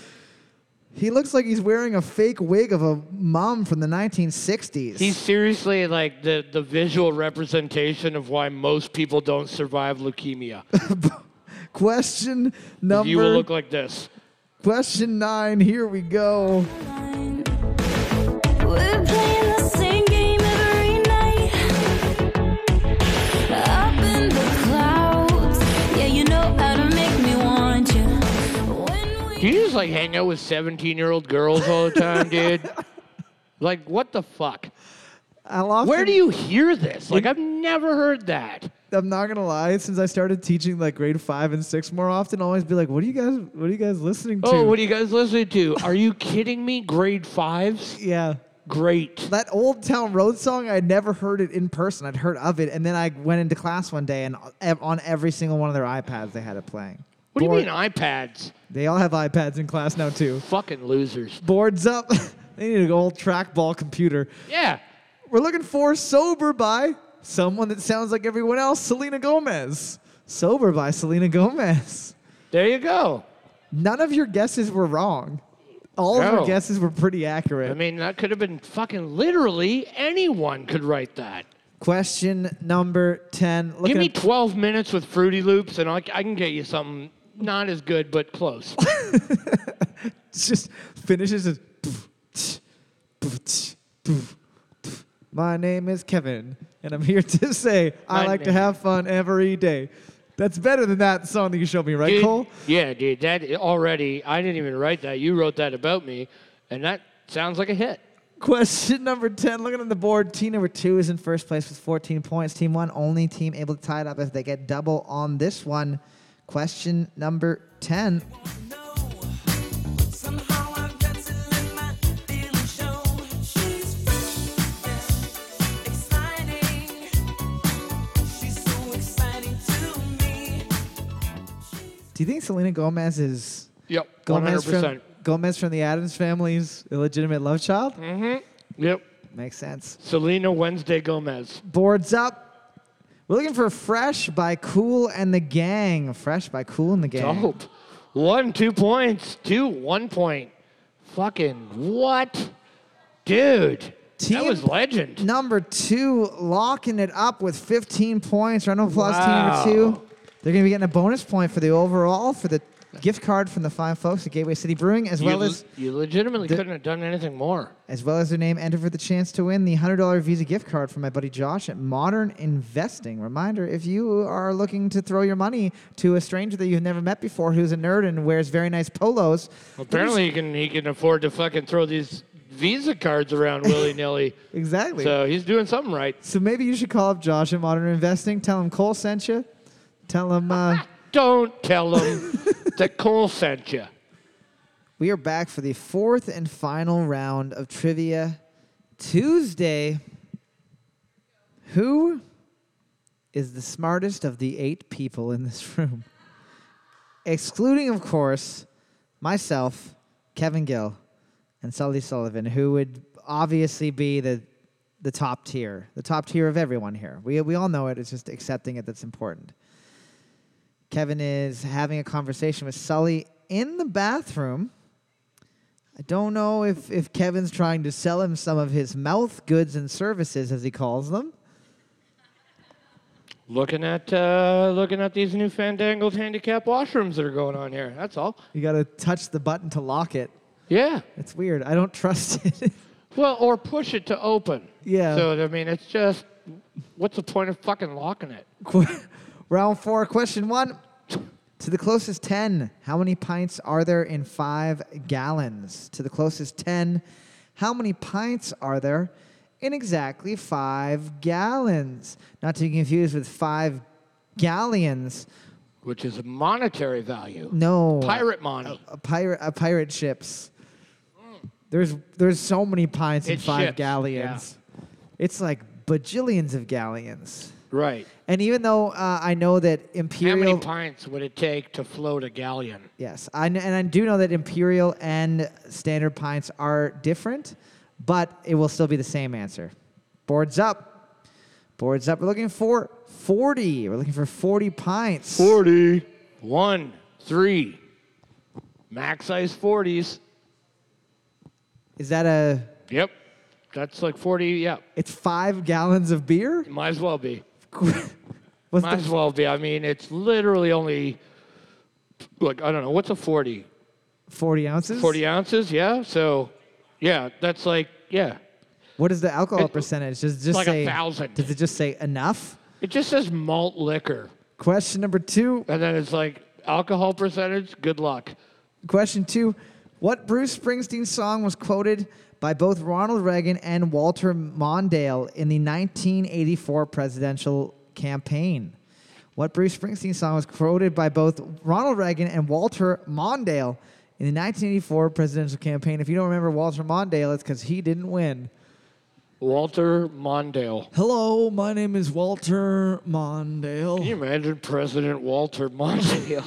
Speaker 2: He looks like he's wearing a fake wig of a mom from the 1960s.
Speaker 3: He's seriously like the, the visual representation of why most people don't survive leukemia.
Speaker 2: question number
Speaker 3: You will look like this.
Speaker 2: question 9. Here we go.
Speaker 5: We're playing the same game every night. Up in the clouds. Yeah, you know how to make me want you. When we
Speaker 3: Do you just like hang out with 17 year old girls all the time, dude? Like, what the fuck?
Speaker 2: I'll often,
Speaker 3: Where do you hear this? Like, I've never heard that.
Speaker 2: I'm not going to lie, since I started teaching like grade 5 and 6 more often, I'll always be like, "What are you guys what are you guys listening to?"
Speaker 3: Oh, what are you guys listening to? Are you kidding me? Grade fives?
Speaker 2: yeah.
Speaker 3: Great.
Speaker 2: That old town road song, I'd never heard it in person. I'd heard of it, and then I went into class one day, and ev- on every single one of their iPads, they had it playing.
Speaker 3: What do you
Speaker 2: Board-
Speaker 3: mean iPads?
Speaker 2: They all have iPads in class now too.
Speaker 3: Fucking losers.
Speaker 2: Boards up. they need an old trackball computer.
Speaker 3: Yeah.
Speaker 2: We're looking for "Sober" by someone that sounds like everyone else, Selena Gomez. "Sober" by Selena Gomez.
Speaker 3: There you go.
Speaker 2: None of your guesses were wrong. All of your
Speaker 3: No.
Speaker 2: guesses were pretty accurate.
Speaker 3: I mean, that could have been fucking literally anyone could write that.
Speaker 2: Question number ten. Looking
Speaker 3: Give me
Speaker 2: at-
Speaker 3: 12 minutes with Fruity Loops and I, I can get you something not as good, but close.
Speaker 2: It's just finishes it. Poof, tch, poof, tch, poof, poof. My name is Kevin, and I'm here to say I
Speaker 3: My
Speaker 2: like to
Speaker 3: name-
Speaker 2: have fun every day. That's better than that song that you showed me, right,
Speaker 3: Dude,
Speaker 2: Cole?
Speaker 3: Yeah, dude, that i- already, I didn't even write that. You wrote that about me, and that sounds like a hit.
Speaker 2: Question number 10. Looking at the board, team number two is in first place with 14 points. Team one, only team able to tie it up if they get double on this one. Question number 10.
Speaker 6: Somehow I've got to let my feelings show. She's fresh, exciting. She's so exciting to me.
Speaker 2: Do you think Selena Gomez is
Speaker 3: Yep,
Speaker 2: Gomez
Speaker 3: 100%.
Speaker 2: from, Gomez from the Addams family's illegitimate love child?
Speaker 3: Yep,
Speaker 2: Makes sense.
Speaker 3: Selena Wednesday Gomez.
Speaker 2: Boards up. We're looking for Fresh by Cool and the Gang. Fresh by Cool and the Gang.
Speaker 3: Dope. One, two points. Two, one point. Fucking what? Dude,
Speaker 2: Team-
Speaker 3: that was legend.
Speaker 2: Number two, locking it up with 15 points. Round of applause, team number
Speaker 3: Wow.
Speaker 2: two. They're going to be getting a bonus point for the overall for the gift card from the fine folks at Gateway City Brewing, as well
Speaker 3: you,
Speaker 2: as
Speaker 3: you legitimately
Speaker 2: the-
Speaker 3: couldn't have done anything more.
Speaker 2: as well as their name enter for the chance to win the $100 Visa gift card from my buddy Josh at Modern Investing. Reminder, if you are looking to throw your money to a stranger that you've never met before who's a nerd and wears very nice polos,
Speaker 3: Apparently, he can he can afford to fucking throw these Visa cards around willy nilly.
Speaker 2: exactly. So,
Speaker 3: so he's doing something right.
Speaker 2: maybe you should call up Josh at Modern Investing, tell him Cole sent you, tell him uh,
Speaker 3: Don't tell him that Cole sent you.
Speaker 2: we are back for the fourth and final round of Trivia Tuesday. Who is the smartest of the eight people in this room? Excluding, of course, myself, Kevin Gill, and Sully Sullivan, who would obviously be the the top tier, the top tier of everyone here. We we all know it. It's just accepting it that's important. Kevin is having a conversation with Sully in the bathroom. I don't know if, if Kevin's trying to sell him some of his mouth goods and services, as he calls them.
Speaker 3: Looking at uh, looking at these new fandangled handicap washrooms that are going on here. That's all.
Speaker 2: You got to touch the button to lock it.
Speaker 3: Yeah.
Speaker 2: It's weird. I don't trust it.
Speaker 3: Well, or push it to open.
Speaker 2: Yeah.
Speaker 3: So I mean, it's just what's the point of fucking locking it?
Speaker 2: Qu- Round four, question one. To the closest 10, how many pints are there in five gallons? To the closest 10, how many pints are there in exactly five gallons? Not to be confused with five galleons.
Speaker 3: Which is a monetary value.
Speaker 2: No.
Speaker 3: Pirate money.
Speaker 2: A pirate, a pirate ships. There's there's so many pints in
Speaker 3: It's
Speaker 2: five
Speaker 3: ships, yeah.
Speaker 2: galleons. It's like bajillions of galleons.
Speaker 3: right.
Speaker 2: And even though uh, I know that Imperial
Speaker 3: How many pints would it take to float a galleon?
Speaker 2: Yes, I, kn- and I do know that imperial and standard pints are different, but it will still be the same answer. Boards up, boards up. We're looking for forty. We're looking for forty pints.
Speaker 3: Forty. One, three. Max size forties.
Speaker 2: Is that a?
Speaker 3: Yep. That's like forty. Yep.
Speaker 2: It's five gallons of beer.
Speaker 3: Might as well be.
Speaker 2: What's
Speaker 3: Might
Speaker 2: the,
Speaker 3: as well be. I mean, it's literally only like I don't know what's a forty.
Speaker 2: forty ounces?
Speaker 3: Forty ounces. Yeah. So, yeah, that's like yeah.
Speaker 2: What is the alcohol
Speaker 3: It-
Speaker 2: percentage? Does it just
Speaker 3: like a
Speaker 2: say
Speaker 3: thousand.
Speaker 2: Does it just say enough?
Speaker 3: It just says malt liquor,
Speaker 2: Question number two.
Speaker 3: and then it's like alcohol percentage. Good luck.
Speaker 2: Question two What Bruce Springsteen song was quoted by both Ronald Reagan and Walter Mondale in the 1984 presidential campaign? What Bruce Springsteen song was quoted by both Ronald Reagan and Walter Mondale in the 1984 presidential campaign? If you don't remember Walter Mondale, it's because he didn't win.
Speaker 3: Walter Mondale.
Speaker 2: Hello, my name is Walter Mondale.
Speaker 3: Can you imagine President Walter Mondale?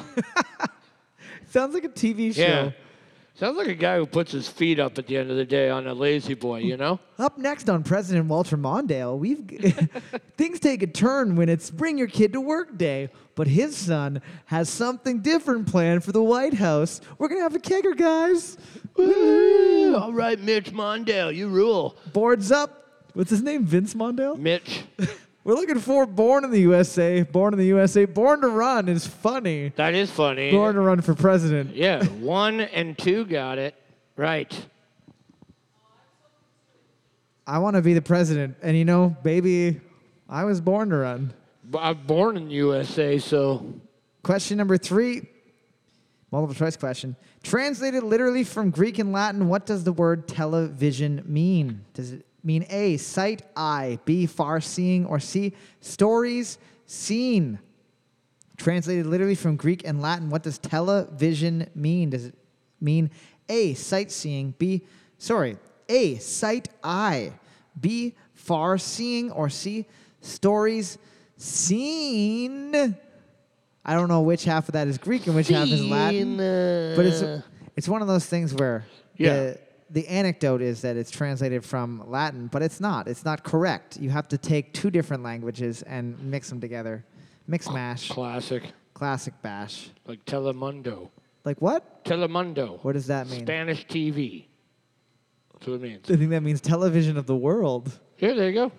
Speaker 2: Sounds like a TV show.
Speaker 3: yeah. Sounds like a guy who puts his feet up at the end of the day on a lazy boy, you know?
Speaker 2: Up next on President Walter Mondale, we've things take a turn when it's bring your kid to work day, but his son has something different planned for the White House. We're gonna have a kegger, guys. Woo!
Speaker 3: All right, Mitch Mondale, you rule.
Speaker 2: Boards up. What's his name? Vince Mondale.
Speaker 3: Mitch,
Speaker 2: We're looking for Born in the USA. Born in the USA. Born to Run is funny.
Speaker 3: that is funny.
Speaker 2: Born to Run for president.
Speaker 3: Yeah, one and two got it. Right.
Speaker 2: I want to be the president, and you know, baby, I was born to run.
Speaker 3: B- I'm born in USA, so
Speaker 2: Question number three, multiple choice question. Translated literally from Greek and Latin, what does the word television mean? Does it mean A, sight, I, B, far seeing, or C, stories, seen? Translated literally from Greek and Latin, what does television mean? Does it mean A, sightseeing, B, sorry, A, sight, I, B, far seeing, or C, stories, seen? I don't know which half of that is Greek and which half is Latin, but it's it's one of those things where
Speaker 3: Yeah.
Speaker 2: the, the anecdote is that it's translated from Latin, but it's not. It's not correct. You have to take two different languages and mix them together. Mix mash,
Speaker 3: classic.
Speaker 2: classic bash.
Speaker 3: Like Telemundo.
Speaker 2: Like what?
Speaker 3: Telemundo.
Speaker 2: What does that mean?
Speaker 3: Spanish TV. That's what it means.
Speaker 2: I think that means television of the world
Speaker 3: Here, there you go.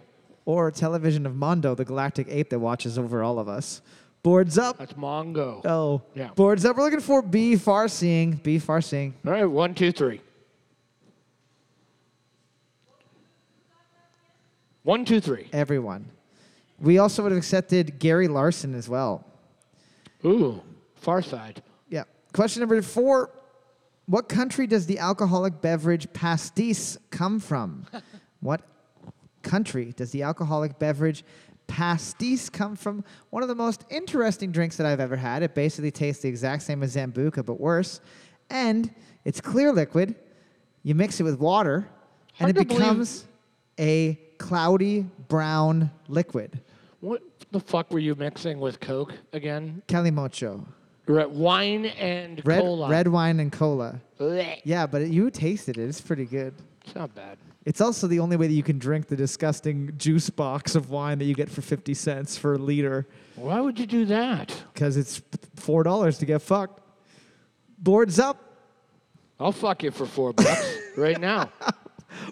Speaker 2: or television of Mondo, the galactic ape that watches over all of us. Boards up.
Speaker 3: That's Mongo.
Speaker 2: Oh.
Speaker 3: Uh, Yeah.
Speaker 2: Boards up. We're looking for B far seeing. B far seeing.
Speaker 3: All right, one, two, three. One, two, three.
Speaker 2: Everyone. We also would have accepted Gary Larson as well.
Speaker 3: Ooh, far side.
Speaker 2: Yeah. Question number four. What country does the alcoholic beverage pastis come from? what country does the alcoholic beverage pastis come from? One of the most interesting drinks that I've ever had. It basically tastes the exact same as Zambuca, but worse. And it's clear liquid. You mix it with water, and
Speaker 3: Hard
Speaker 2: it
Speaker 3: to believe-
Speaker 2: becomes a cloudy brown liquid.
Speaker 3: What the fuck were you mixing with Coke again?
Speaker 2: Calimocho.
Speaker 3: Right, wine and
Speaker 2: Red,
Speaker 3: cola.
Speaker 2: red wine and cola.
Speaker 3: Blech.
Speaker 2: Yeah, but you tasted it. It's pretty good.
Speaker 3: It's not bad.
Speaker 2: It's also the only way that you can drink the disgusting juice box of wine that you get for 50 cents for a liter
Speaker 3: Why would you do that?
Speaker 2: because it's $4 to get fucked. Boards up.
Speaker 3: I'll fuck you for four bucks right now.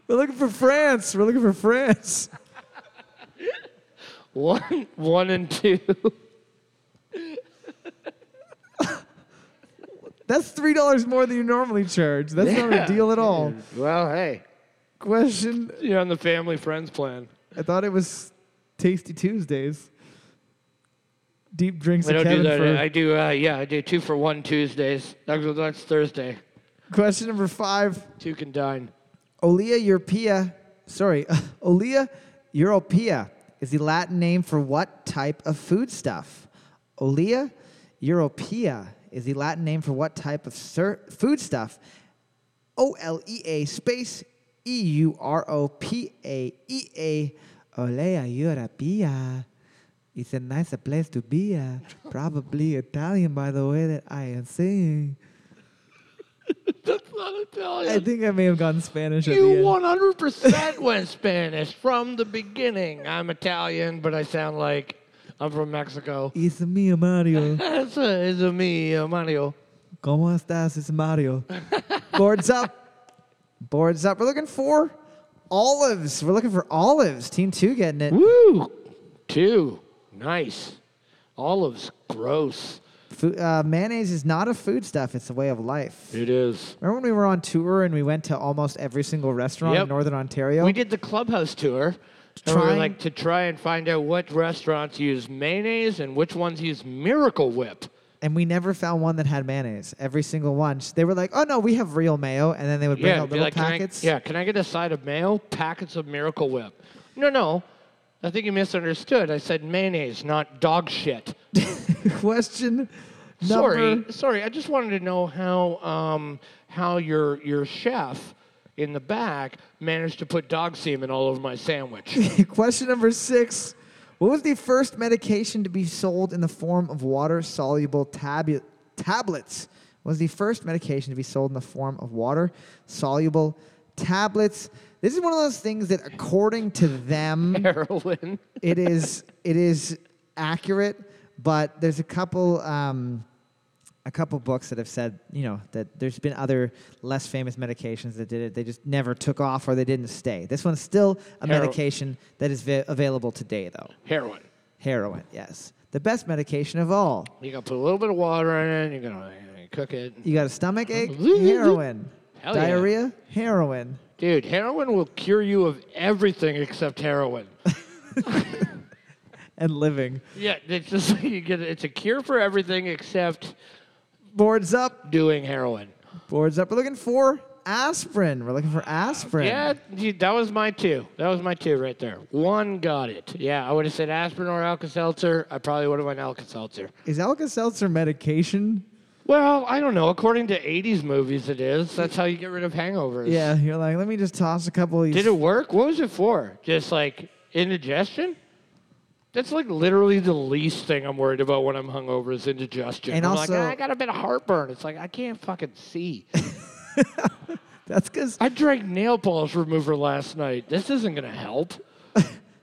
Speaker 2: We're looking for France. We're looking for France.
Speaker 3: One, one, and two.
Speaker 2: That's $3 more than you normally charge. That's not a deal at all.
Speaker 3: Well, hey,
Speaker 2: Question
Speaker 3: you're on the family friends plan.
Speaker 2: I thought it was Tasty Tuesdays. Deep drinks
Speaker 3: We don't
Speaker 2: at
Speaker 3: do
Speaker 2: Kevin
Speaker 3: that.
Speaker 2: for
Speaker 3: I do. Uh, yeah, I do two for one Tuesdays. That's, that's Thursday.
Speaker 2: question number five.
Speaker 3: Two can dine.
Speaker 2: Olea europea, sorry, Olea europea is the Latin name for what type of foodstuff? Olea europea is the Latin name for what type of ser- foodstuff? O L E A space E U R O P A E A Olea europea. It's a nicer place to be. uh, Probably Italian by the way that I am saying.
Speaker 3: That's not Italian.
Speaker 2: I think I may have gotten Spanish at the
Speaker 3: You
Speaker 2: end.
Speaker 3: 100% went Spanish from the beginning. I'm Italian, but I sound like I'm from Mexico.
Speaker 2: it's me, Mario.
Speaker 3: That's a, it's a me, uh, Mario.
Speaker 2: ¿Cómo estás? It's Mario. Boards up. Boards up. We're looking for olives. We're looking for olives. Team two getting it.
Speaker 3: Woo! Two. Nice. Olives. Gross.
Speaker 2: Fu- uh, mayonnaise is not a foodstuff, it's a way of life.
Speaker 3: It is.
Speaker 2: Remember when we were on tour and we went to almost every single restaurant
Speaker 3: Yep.
Speaker 2: in Northern Ontario?
Speaker 3: We did the clubhouse tour. And we were
Speaker 2: Trying-
Speaker 3: like to try and find out what restaurants use mayonnaise and which ones use Miracle Whip.
Speaker 2: And we never found one that had mayonnaise. Every single one. They were like, oh no, we have real mayo. And then they would bring
Speaker 3: Yeah,
Speaker 2: out
Speaker 3: be
Speaker 2: little
Speaker 3: like, can I-
Speaker 2: packets.
Speaker 3: yeah, can I get a side of mayo? Packets of Miracle Whip. No, no. I think you misunderstood. I said mayonnaise, not dog shit.
Speaker 2: Question number.
Speaker 3: Sorry, sorry. I just wanted to know how um, how your your chef in the back managed to put dog semen all over my sandwich.
Speaker 2: Question number six. What was the first medication to be sold in the form of water soluble tabu- tablets? What was the first medication to be sold in the form of water soluble tablets? This is one of those things that, according to them,
Speaker 3: Heroin.
Speaker 2: it is it is accurate, but there's a couple um, a couple books that have said you know that there's been other less famous medications that did it. They just never took off or they didn't stay. This one's still a
Speaker 3: Hero-
Speaker 2: medication that is va- available today though.
Speaker 3: Heroin.
Speaker 2: Heroin, yes, the best medication of all.
Speaker 3: You gotta put a little bit of water in it. You're gonna uh, cook it.
Speaker 2: You got a stomach ache, heroin.
Speaker 3: Hell yeah.
Speaker 2: Diarrhea, heroin.
Speaker 3: Dude, heroin will cure you of everything except heroin.
Speaker 2: And living.
Speaker 3: yeah, it's just you get it's a cure for everything except
Speaker 2: Boards up.
Speaker 3: doing heroin.
Speaker 2: Boards up. We're looking for aspirin. We're looking for aspirin.
Speaker 3: Yeah, gee, that was my two. That was my two right there. One got it. Yeah, I would have said aspirin or Alka Seltzer. I probably would have went Alka Seltzer.
Speaker 2: Is Alka Seltzer medication?
Speaker 3: Well, I don't know. According to 80s movies, it is. That's how you get rid of hangovers.
Speaker 2: Yeah, you're like, let me just toss a couple of these.
Speaker 3: Did it work? What was it for? Just like indigestion? That's like literally the least thing I'm worried about when I'm hungover is indigestion.
Speaker 2: And
Speaker 3: I'm
Speaker 2: also-
Speaker 3: like, "Ah, I got a bit of heartburn. It's like I can't fucking see.
Speaker 2: That's because
Speaker 3: I drank nail polish remover last night. This isn't gonna help.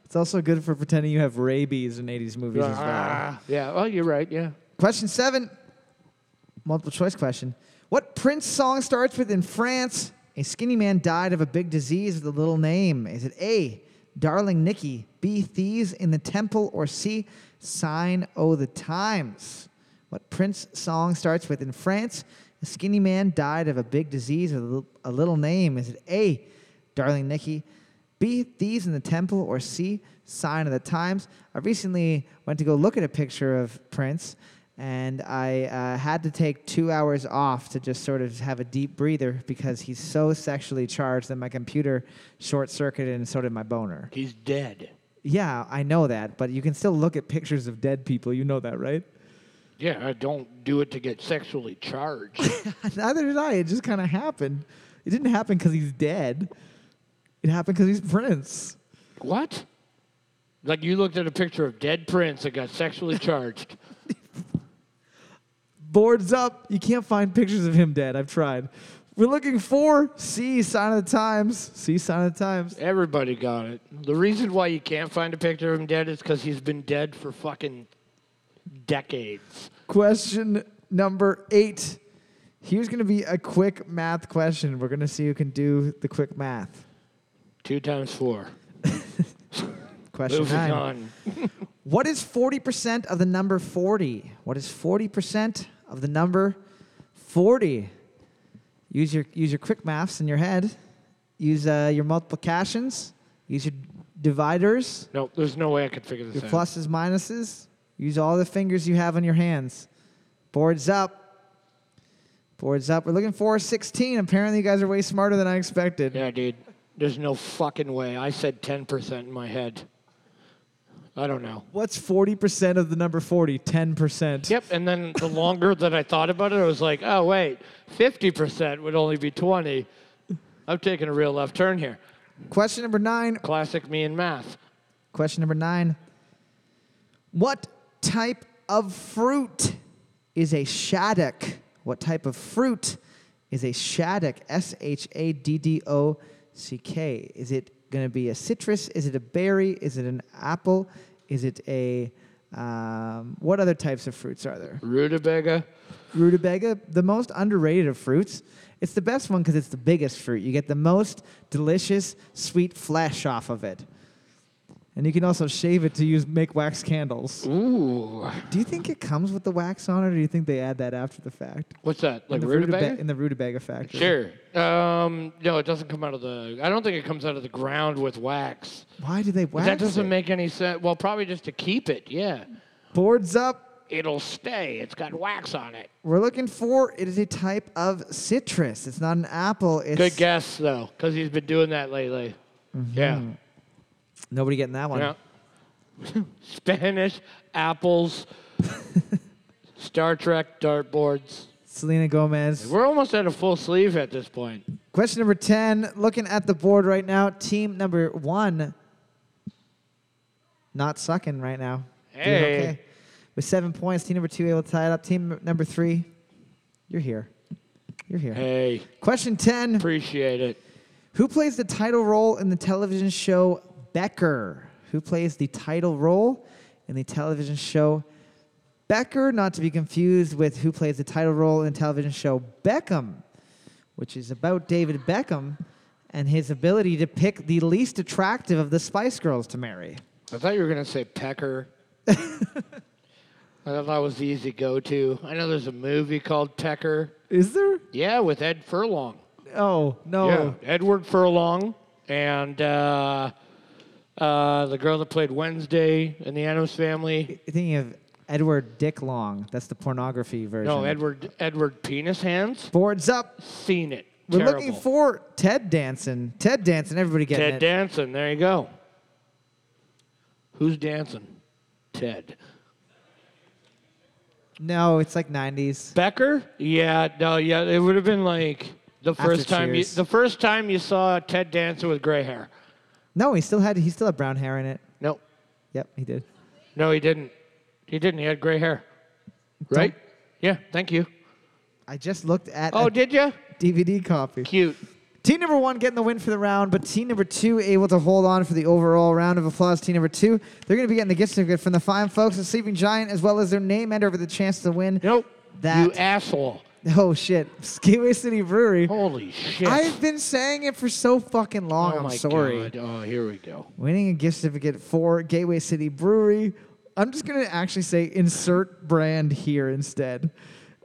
Speaker 2: it's also good for pretending you have rabies in 80s movies as well.
Speaker 3: Ah, yeah. Well, you're right. Yeah.
Speaker 2: Question seven, multiple choice question. What Prince song starts with in France? A skinny man died of a big disease with a little name. Is it A, Darling Nikki, be thieves in the temple or see sign o' the times. What Prince song starts with in France? A skinny man died of a big disease with a little- a little name. Is it A, Darling Nikki? B, Thieves in the Temple? Or C, Sign of the Times? I recently went to go look at a picture of Prince and I uh, had to take two hours off to just sort of have a deep breather because he's so sexually charged that my computer short circuited and so did my boner.
Speaker 3: He's dead.
Speaker 2: Yeah, I know that, but you can still look at pictures of dead people. You know that, right?
Speaker 3: Yeah, I don't do it to get sexually charged.
Speaker 2: Neither did I. It just kind of happened. It didn't happen because he's dead. It happened because he's Prince.
Speaker 3: what? Like you looked at a picture of dead Prince that got sexually charged.
Speaker 2: boards up. You can't find pictures of him dead. I've tried. We're looking for C sign of the times. C sign of the times.
Speaker 3: Everybody got it. The reason why you can't find a picture of him dead is because he's been dead for fucking decades.
Speaker 2: Question number eight. Here's gonna be a quick math question. We're gonna see who can do the quick math.
Speaker 3: Two times four.
Speaker 2: Question
Speaker 3: Moving
Speaker 2: nine.
Speaker 3: on.
Speaker 2: What is 40% of the number 40? What is 40% of the number 40? Use your use your quick maths in your head. Use uh, your multiplications. Use your dividers.
Speaker 3: No, there's no way I could figure this
Speaker 2: Your
Speaker 3: out.
Speaker 2: pluses, minuses. Use all the fingers you have on your hands. Boards up. Boards up. We're looking for 16. Apparently, you guys are way smarter than I expected.
Speaker 3: Yeah, dude. There's no fucking way. I said 10% in my head. I don't know.
Speaker 2: What's 40% of the number 40? 10%.
Speaker 3: Yep, and then the longer that I thought about it, I was like, oh, wait, 50% would only be 20. I've taken a real left turn here.
Speaker 2: Question number nine.
Speaker 3: Classic me in math.
Speaker 2: Question number nine. What type of fruit is a shaddock? What type of fruit is a shaddock? S H A D D O C K. Is it going to be a citrus? Is it a berry? Is it an apple? Is it a. Um, what other types of fruits are there?
Speaker 3: Rutabaga.
Speaker 2: Rutabaga, the most underrated of fruits. It's the best one because it's the biggest fruit. You get the most delicious, sweet flesh off of it. And you can also shave it to use make wax candles.
Speaker 3: Ooh.
Speaker 2: Do you think it comes with the wax on it, or do you think they add that after the fact?
Speaker 3: What's that? Like
Speaker 2: in the
Speaker 3: rutabaga?
Speaker 2: in the rutabaga factory.
Speaker 3: Sure. Um, no, it doesn't come out of the. I don't think it comes out of the ground with wax.
Speaker 2: Why do they
Speaker 3: But
Speaker 2: wax?
Speaker 3: that doesn't
Speaker 2: it?
Speaker 3: make any sense. Well, probably just to keep it. Yeah,
Speaker 2: boards up.
Speaker 3: it'll stay. It's got wax on it.
Speaker 2: We're looking for it is a type of citrus. It's not an apple. It's Mm-hmm.
Speaker 3: Good guess though, because he's been doing that lately. Yeah.
Speaker 2: Nobody getting that one.
Speaker 3: Yeah. Spanish apples. Star Trek dartboards.
Speaker 2: Selena Gomez.
Speaker 3: We're almost at a full sleeve at this point.
Speaker 2: Question number 10. Looking at the board right now, team number one, not sucking right now. Doing
Speaker 3: Hey.
Speaker 2: With seven points, team number two able to tie it up. Team number three, you're here. You're here.
Speaker 3: Hey,
Speaker 2: Question 10.
Speaker 3: appreciate it.
Speaker 2: Who plays the title role in the television show Becker? Who plays the title role in the television show Becker? Not to be confused with who plays the title role in the television show Beckham, which is about David Beckham and his ability to pick the least attractive of the Spice Girls to marry.
Speaker 3: I thought you were gonna say pecker. I thought that was the easy go-to. I know there's a movie called Pecker.
Speaker 2: Is there?
Speaker 3: Yeah, with Ed Furlong.
Speaker 2: Oh, no.
Speaker 3: Yeah, Edward Furlong and uh, uh, the girl that played Wednesday in the Adams Family.
Speaker 2: You're thinking of Edward Dick Long. That's the pornography version.
Speaker 3: No, Edward Edward Penis Hands.
Speaker 2: Boards up.
Speaker 3: Seen it.
Speaker 2: We're
Speaker 3: Terrible.
Speaker 2: looking for Ted Danson. Ted Danson. Everybody getting
Speaker 3: Ted
Speaker 2: it.
Speaker 3: dancing. There you go. Who's dancing? Ted.
Speaker 2: No, it's like 90s.
Speaker 3: Becker? Yeah, no, yeah, it would have been like the first time you
Speaker 2: Cheers.
Speaker 3: the first time you saw Ted dancing with gray hair.
Speaker 2: No, he still had he still had brown hair in it.
Speaker 3: No.
Speaker 2: Yep, he did.
Speaker 3: No, he didn't. He didn't. He had gray hair. Right? Yeah, thank you.
Speaker 2: I just looked at
Speaker 3: Oh,
Speaker 2: a
Speaker 3: did you?
Speaker 2: DVD copy.
Speaker 3: Cute.
Speaker 2: Team number one getting the win for the round, but team number two able to hold on for the overall round of applause. Team number two, they're going to be getting the gift certificate from the fine folks at Sleeping Giant, as well as their name and over the chance to win.
Speaker 3: Nope.
Speaker 2: That-
Speaker 3: You asshole.
Speaker 2: Oh shit, Skiway City Brewery.
Speaker 3: Holy Oh, shit.
Speaker 2: I've been saying it for so fucking long.
Speaker 3: oh
Speaker 2: I'm
Speaker 3: my
Speaker 2: sorry.
Speaker 3: God. Oh, here we go.
Speaker 2: Winning a gift certificate for Gateway City Brewery. I'm just gonna actually say insert brand here instead.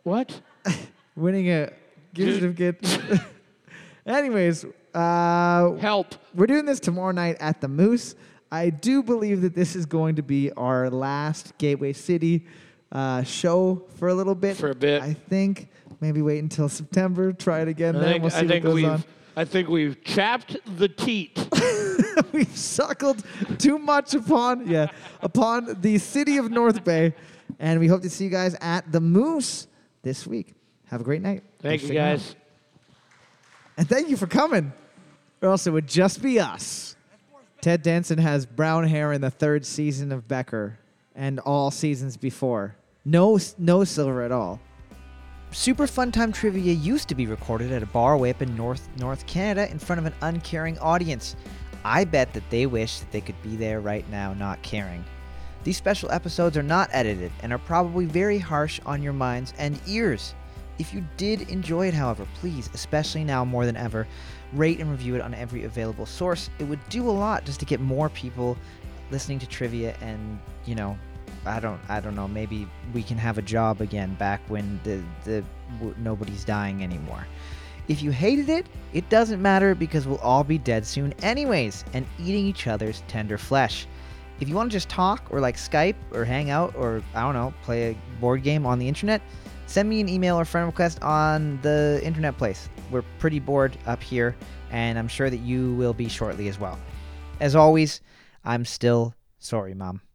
Speaker 3: What?
Speaker 2: Winning a gift certificate. Anyways, uh,
Speaker 3: Help.
Speaker 2: we're doing this tomorrow night at the Moose. I do believe that this is going to be our last Gateway City uh, show for a little bit.
Speaker 3: For a bit.
Speaker 2: I think maybe wait until September. Try it again.
Speaker 3: I
Speaker 2: then
Speaker 3: think,
Speaker 2: we'll see
Speaker 3: I
Speaker 2: what
Speaker 3: think
Speaker 2: goes
Speaker 3: we've
Speaker 2: on.
Speaker 3: I think we've chapped the teat.
Speaker 2: we've suckled too much upon yeah upon the city of North Bay, and we hope to see you guys at the Moose this week. Have a great night.
Speaker 3: Thank
Speaker 2: Thanks
Speaker 3: you
Speaker 2: for checking out.
Speaker 3: guys.
Speaker 2: And thank you for coming, or else it would just be us. Ted Danson has brown hair in the third season of Becker and all seasons before. No, s- no silver at all.
Speaker 1: Super Fun Time Trivia used to be recorded at a bar way up in North North Canada in front of an uncaring audience. I bet that they wish that they could be there right now, not caring. These special episodes are not edited and are probably very harsh on your minds and ears. If you did enjoy it, however, please, especially now more than ever, rate and review it on every available source. It would do a lot just to get more people listening to trivia and, you know, I don't I don't know. Maybe we can have a job again back when the the w- nobody's dying anymore. If you hated it, it doesn't matter because we'll all be dead soon anyways and eating each other's tender flesh. If you want to just talk or like Skype or hang out or I don't know, play a board game on the internet, send me an email or friend request on the internet place. We're pretty bored up here and I'm sure that you will be shortly as well. As always, I'm still sorry, mom.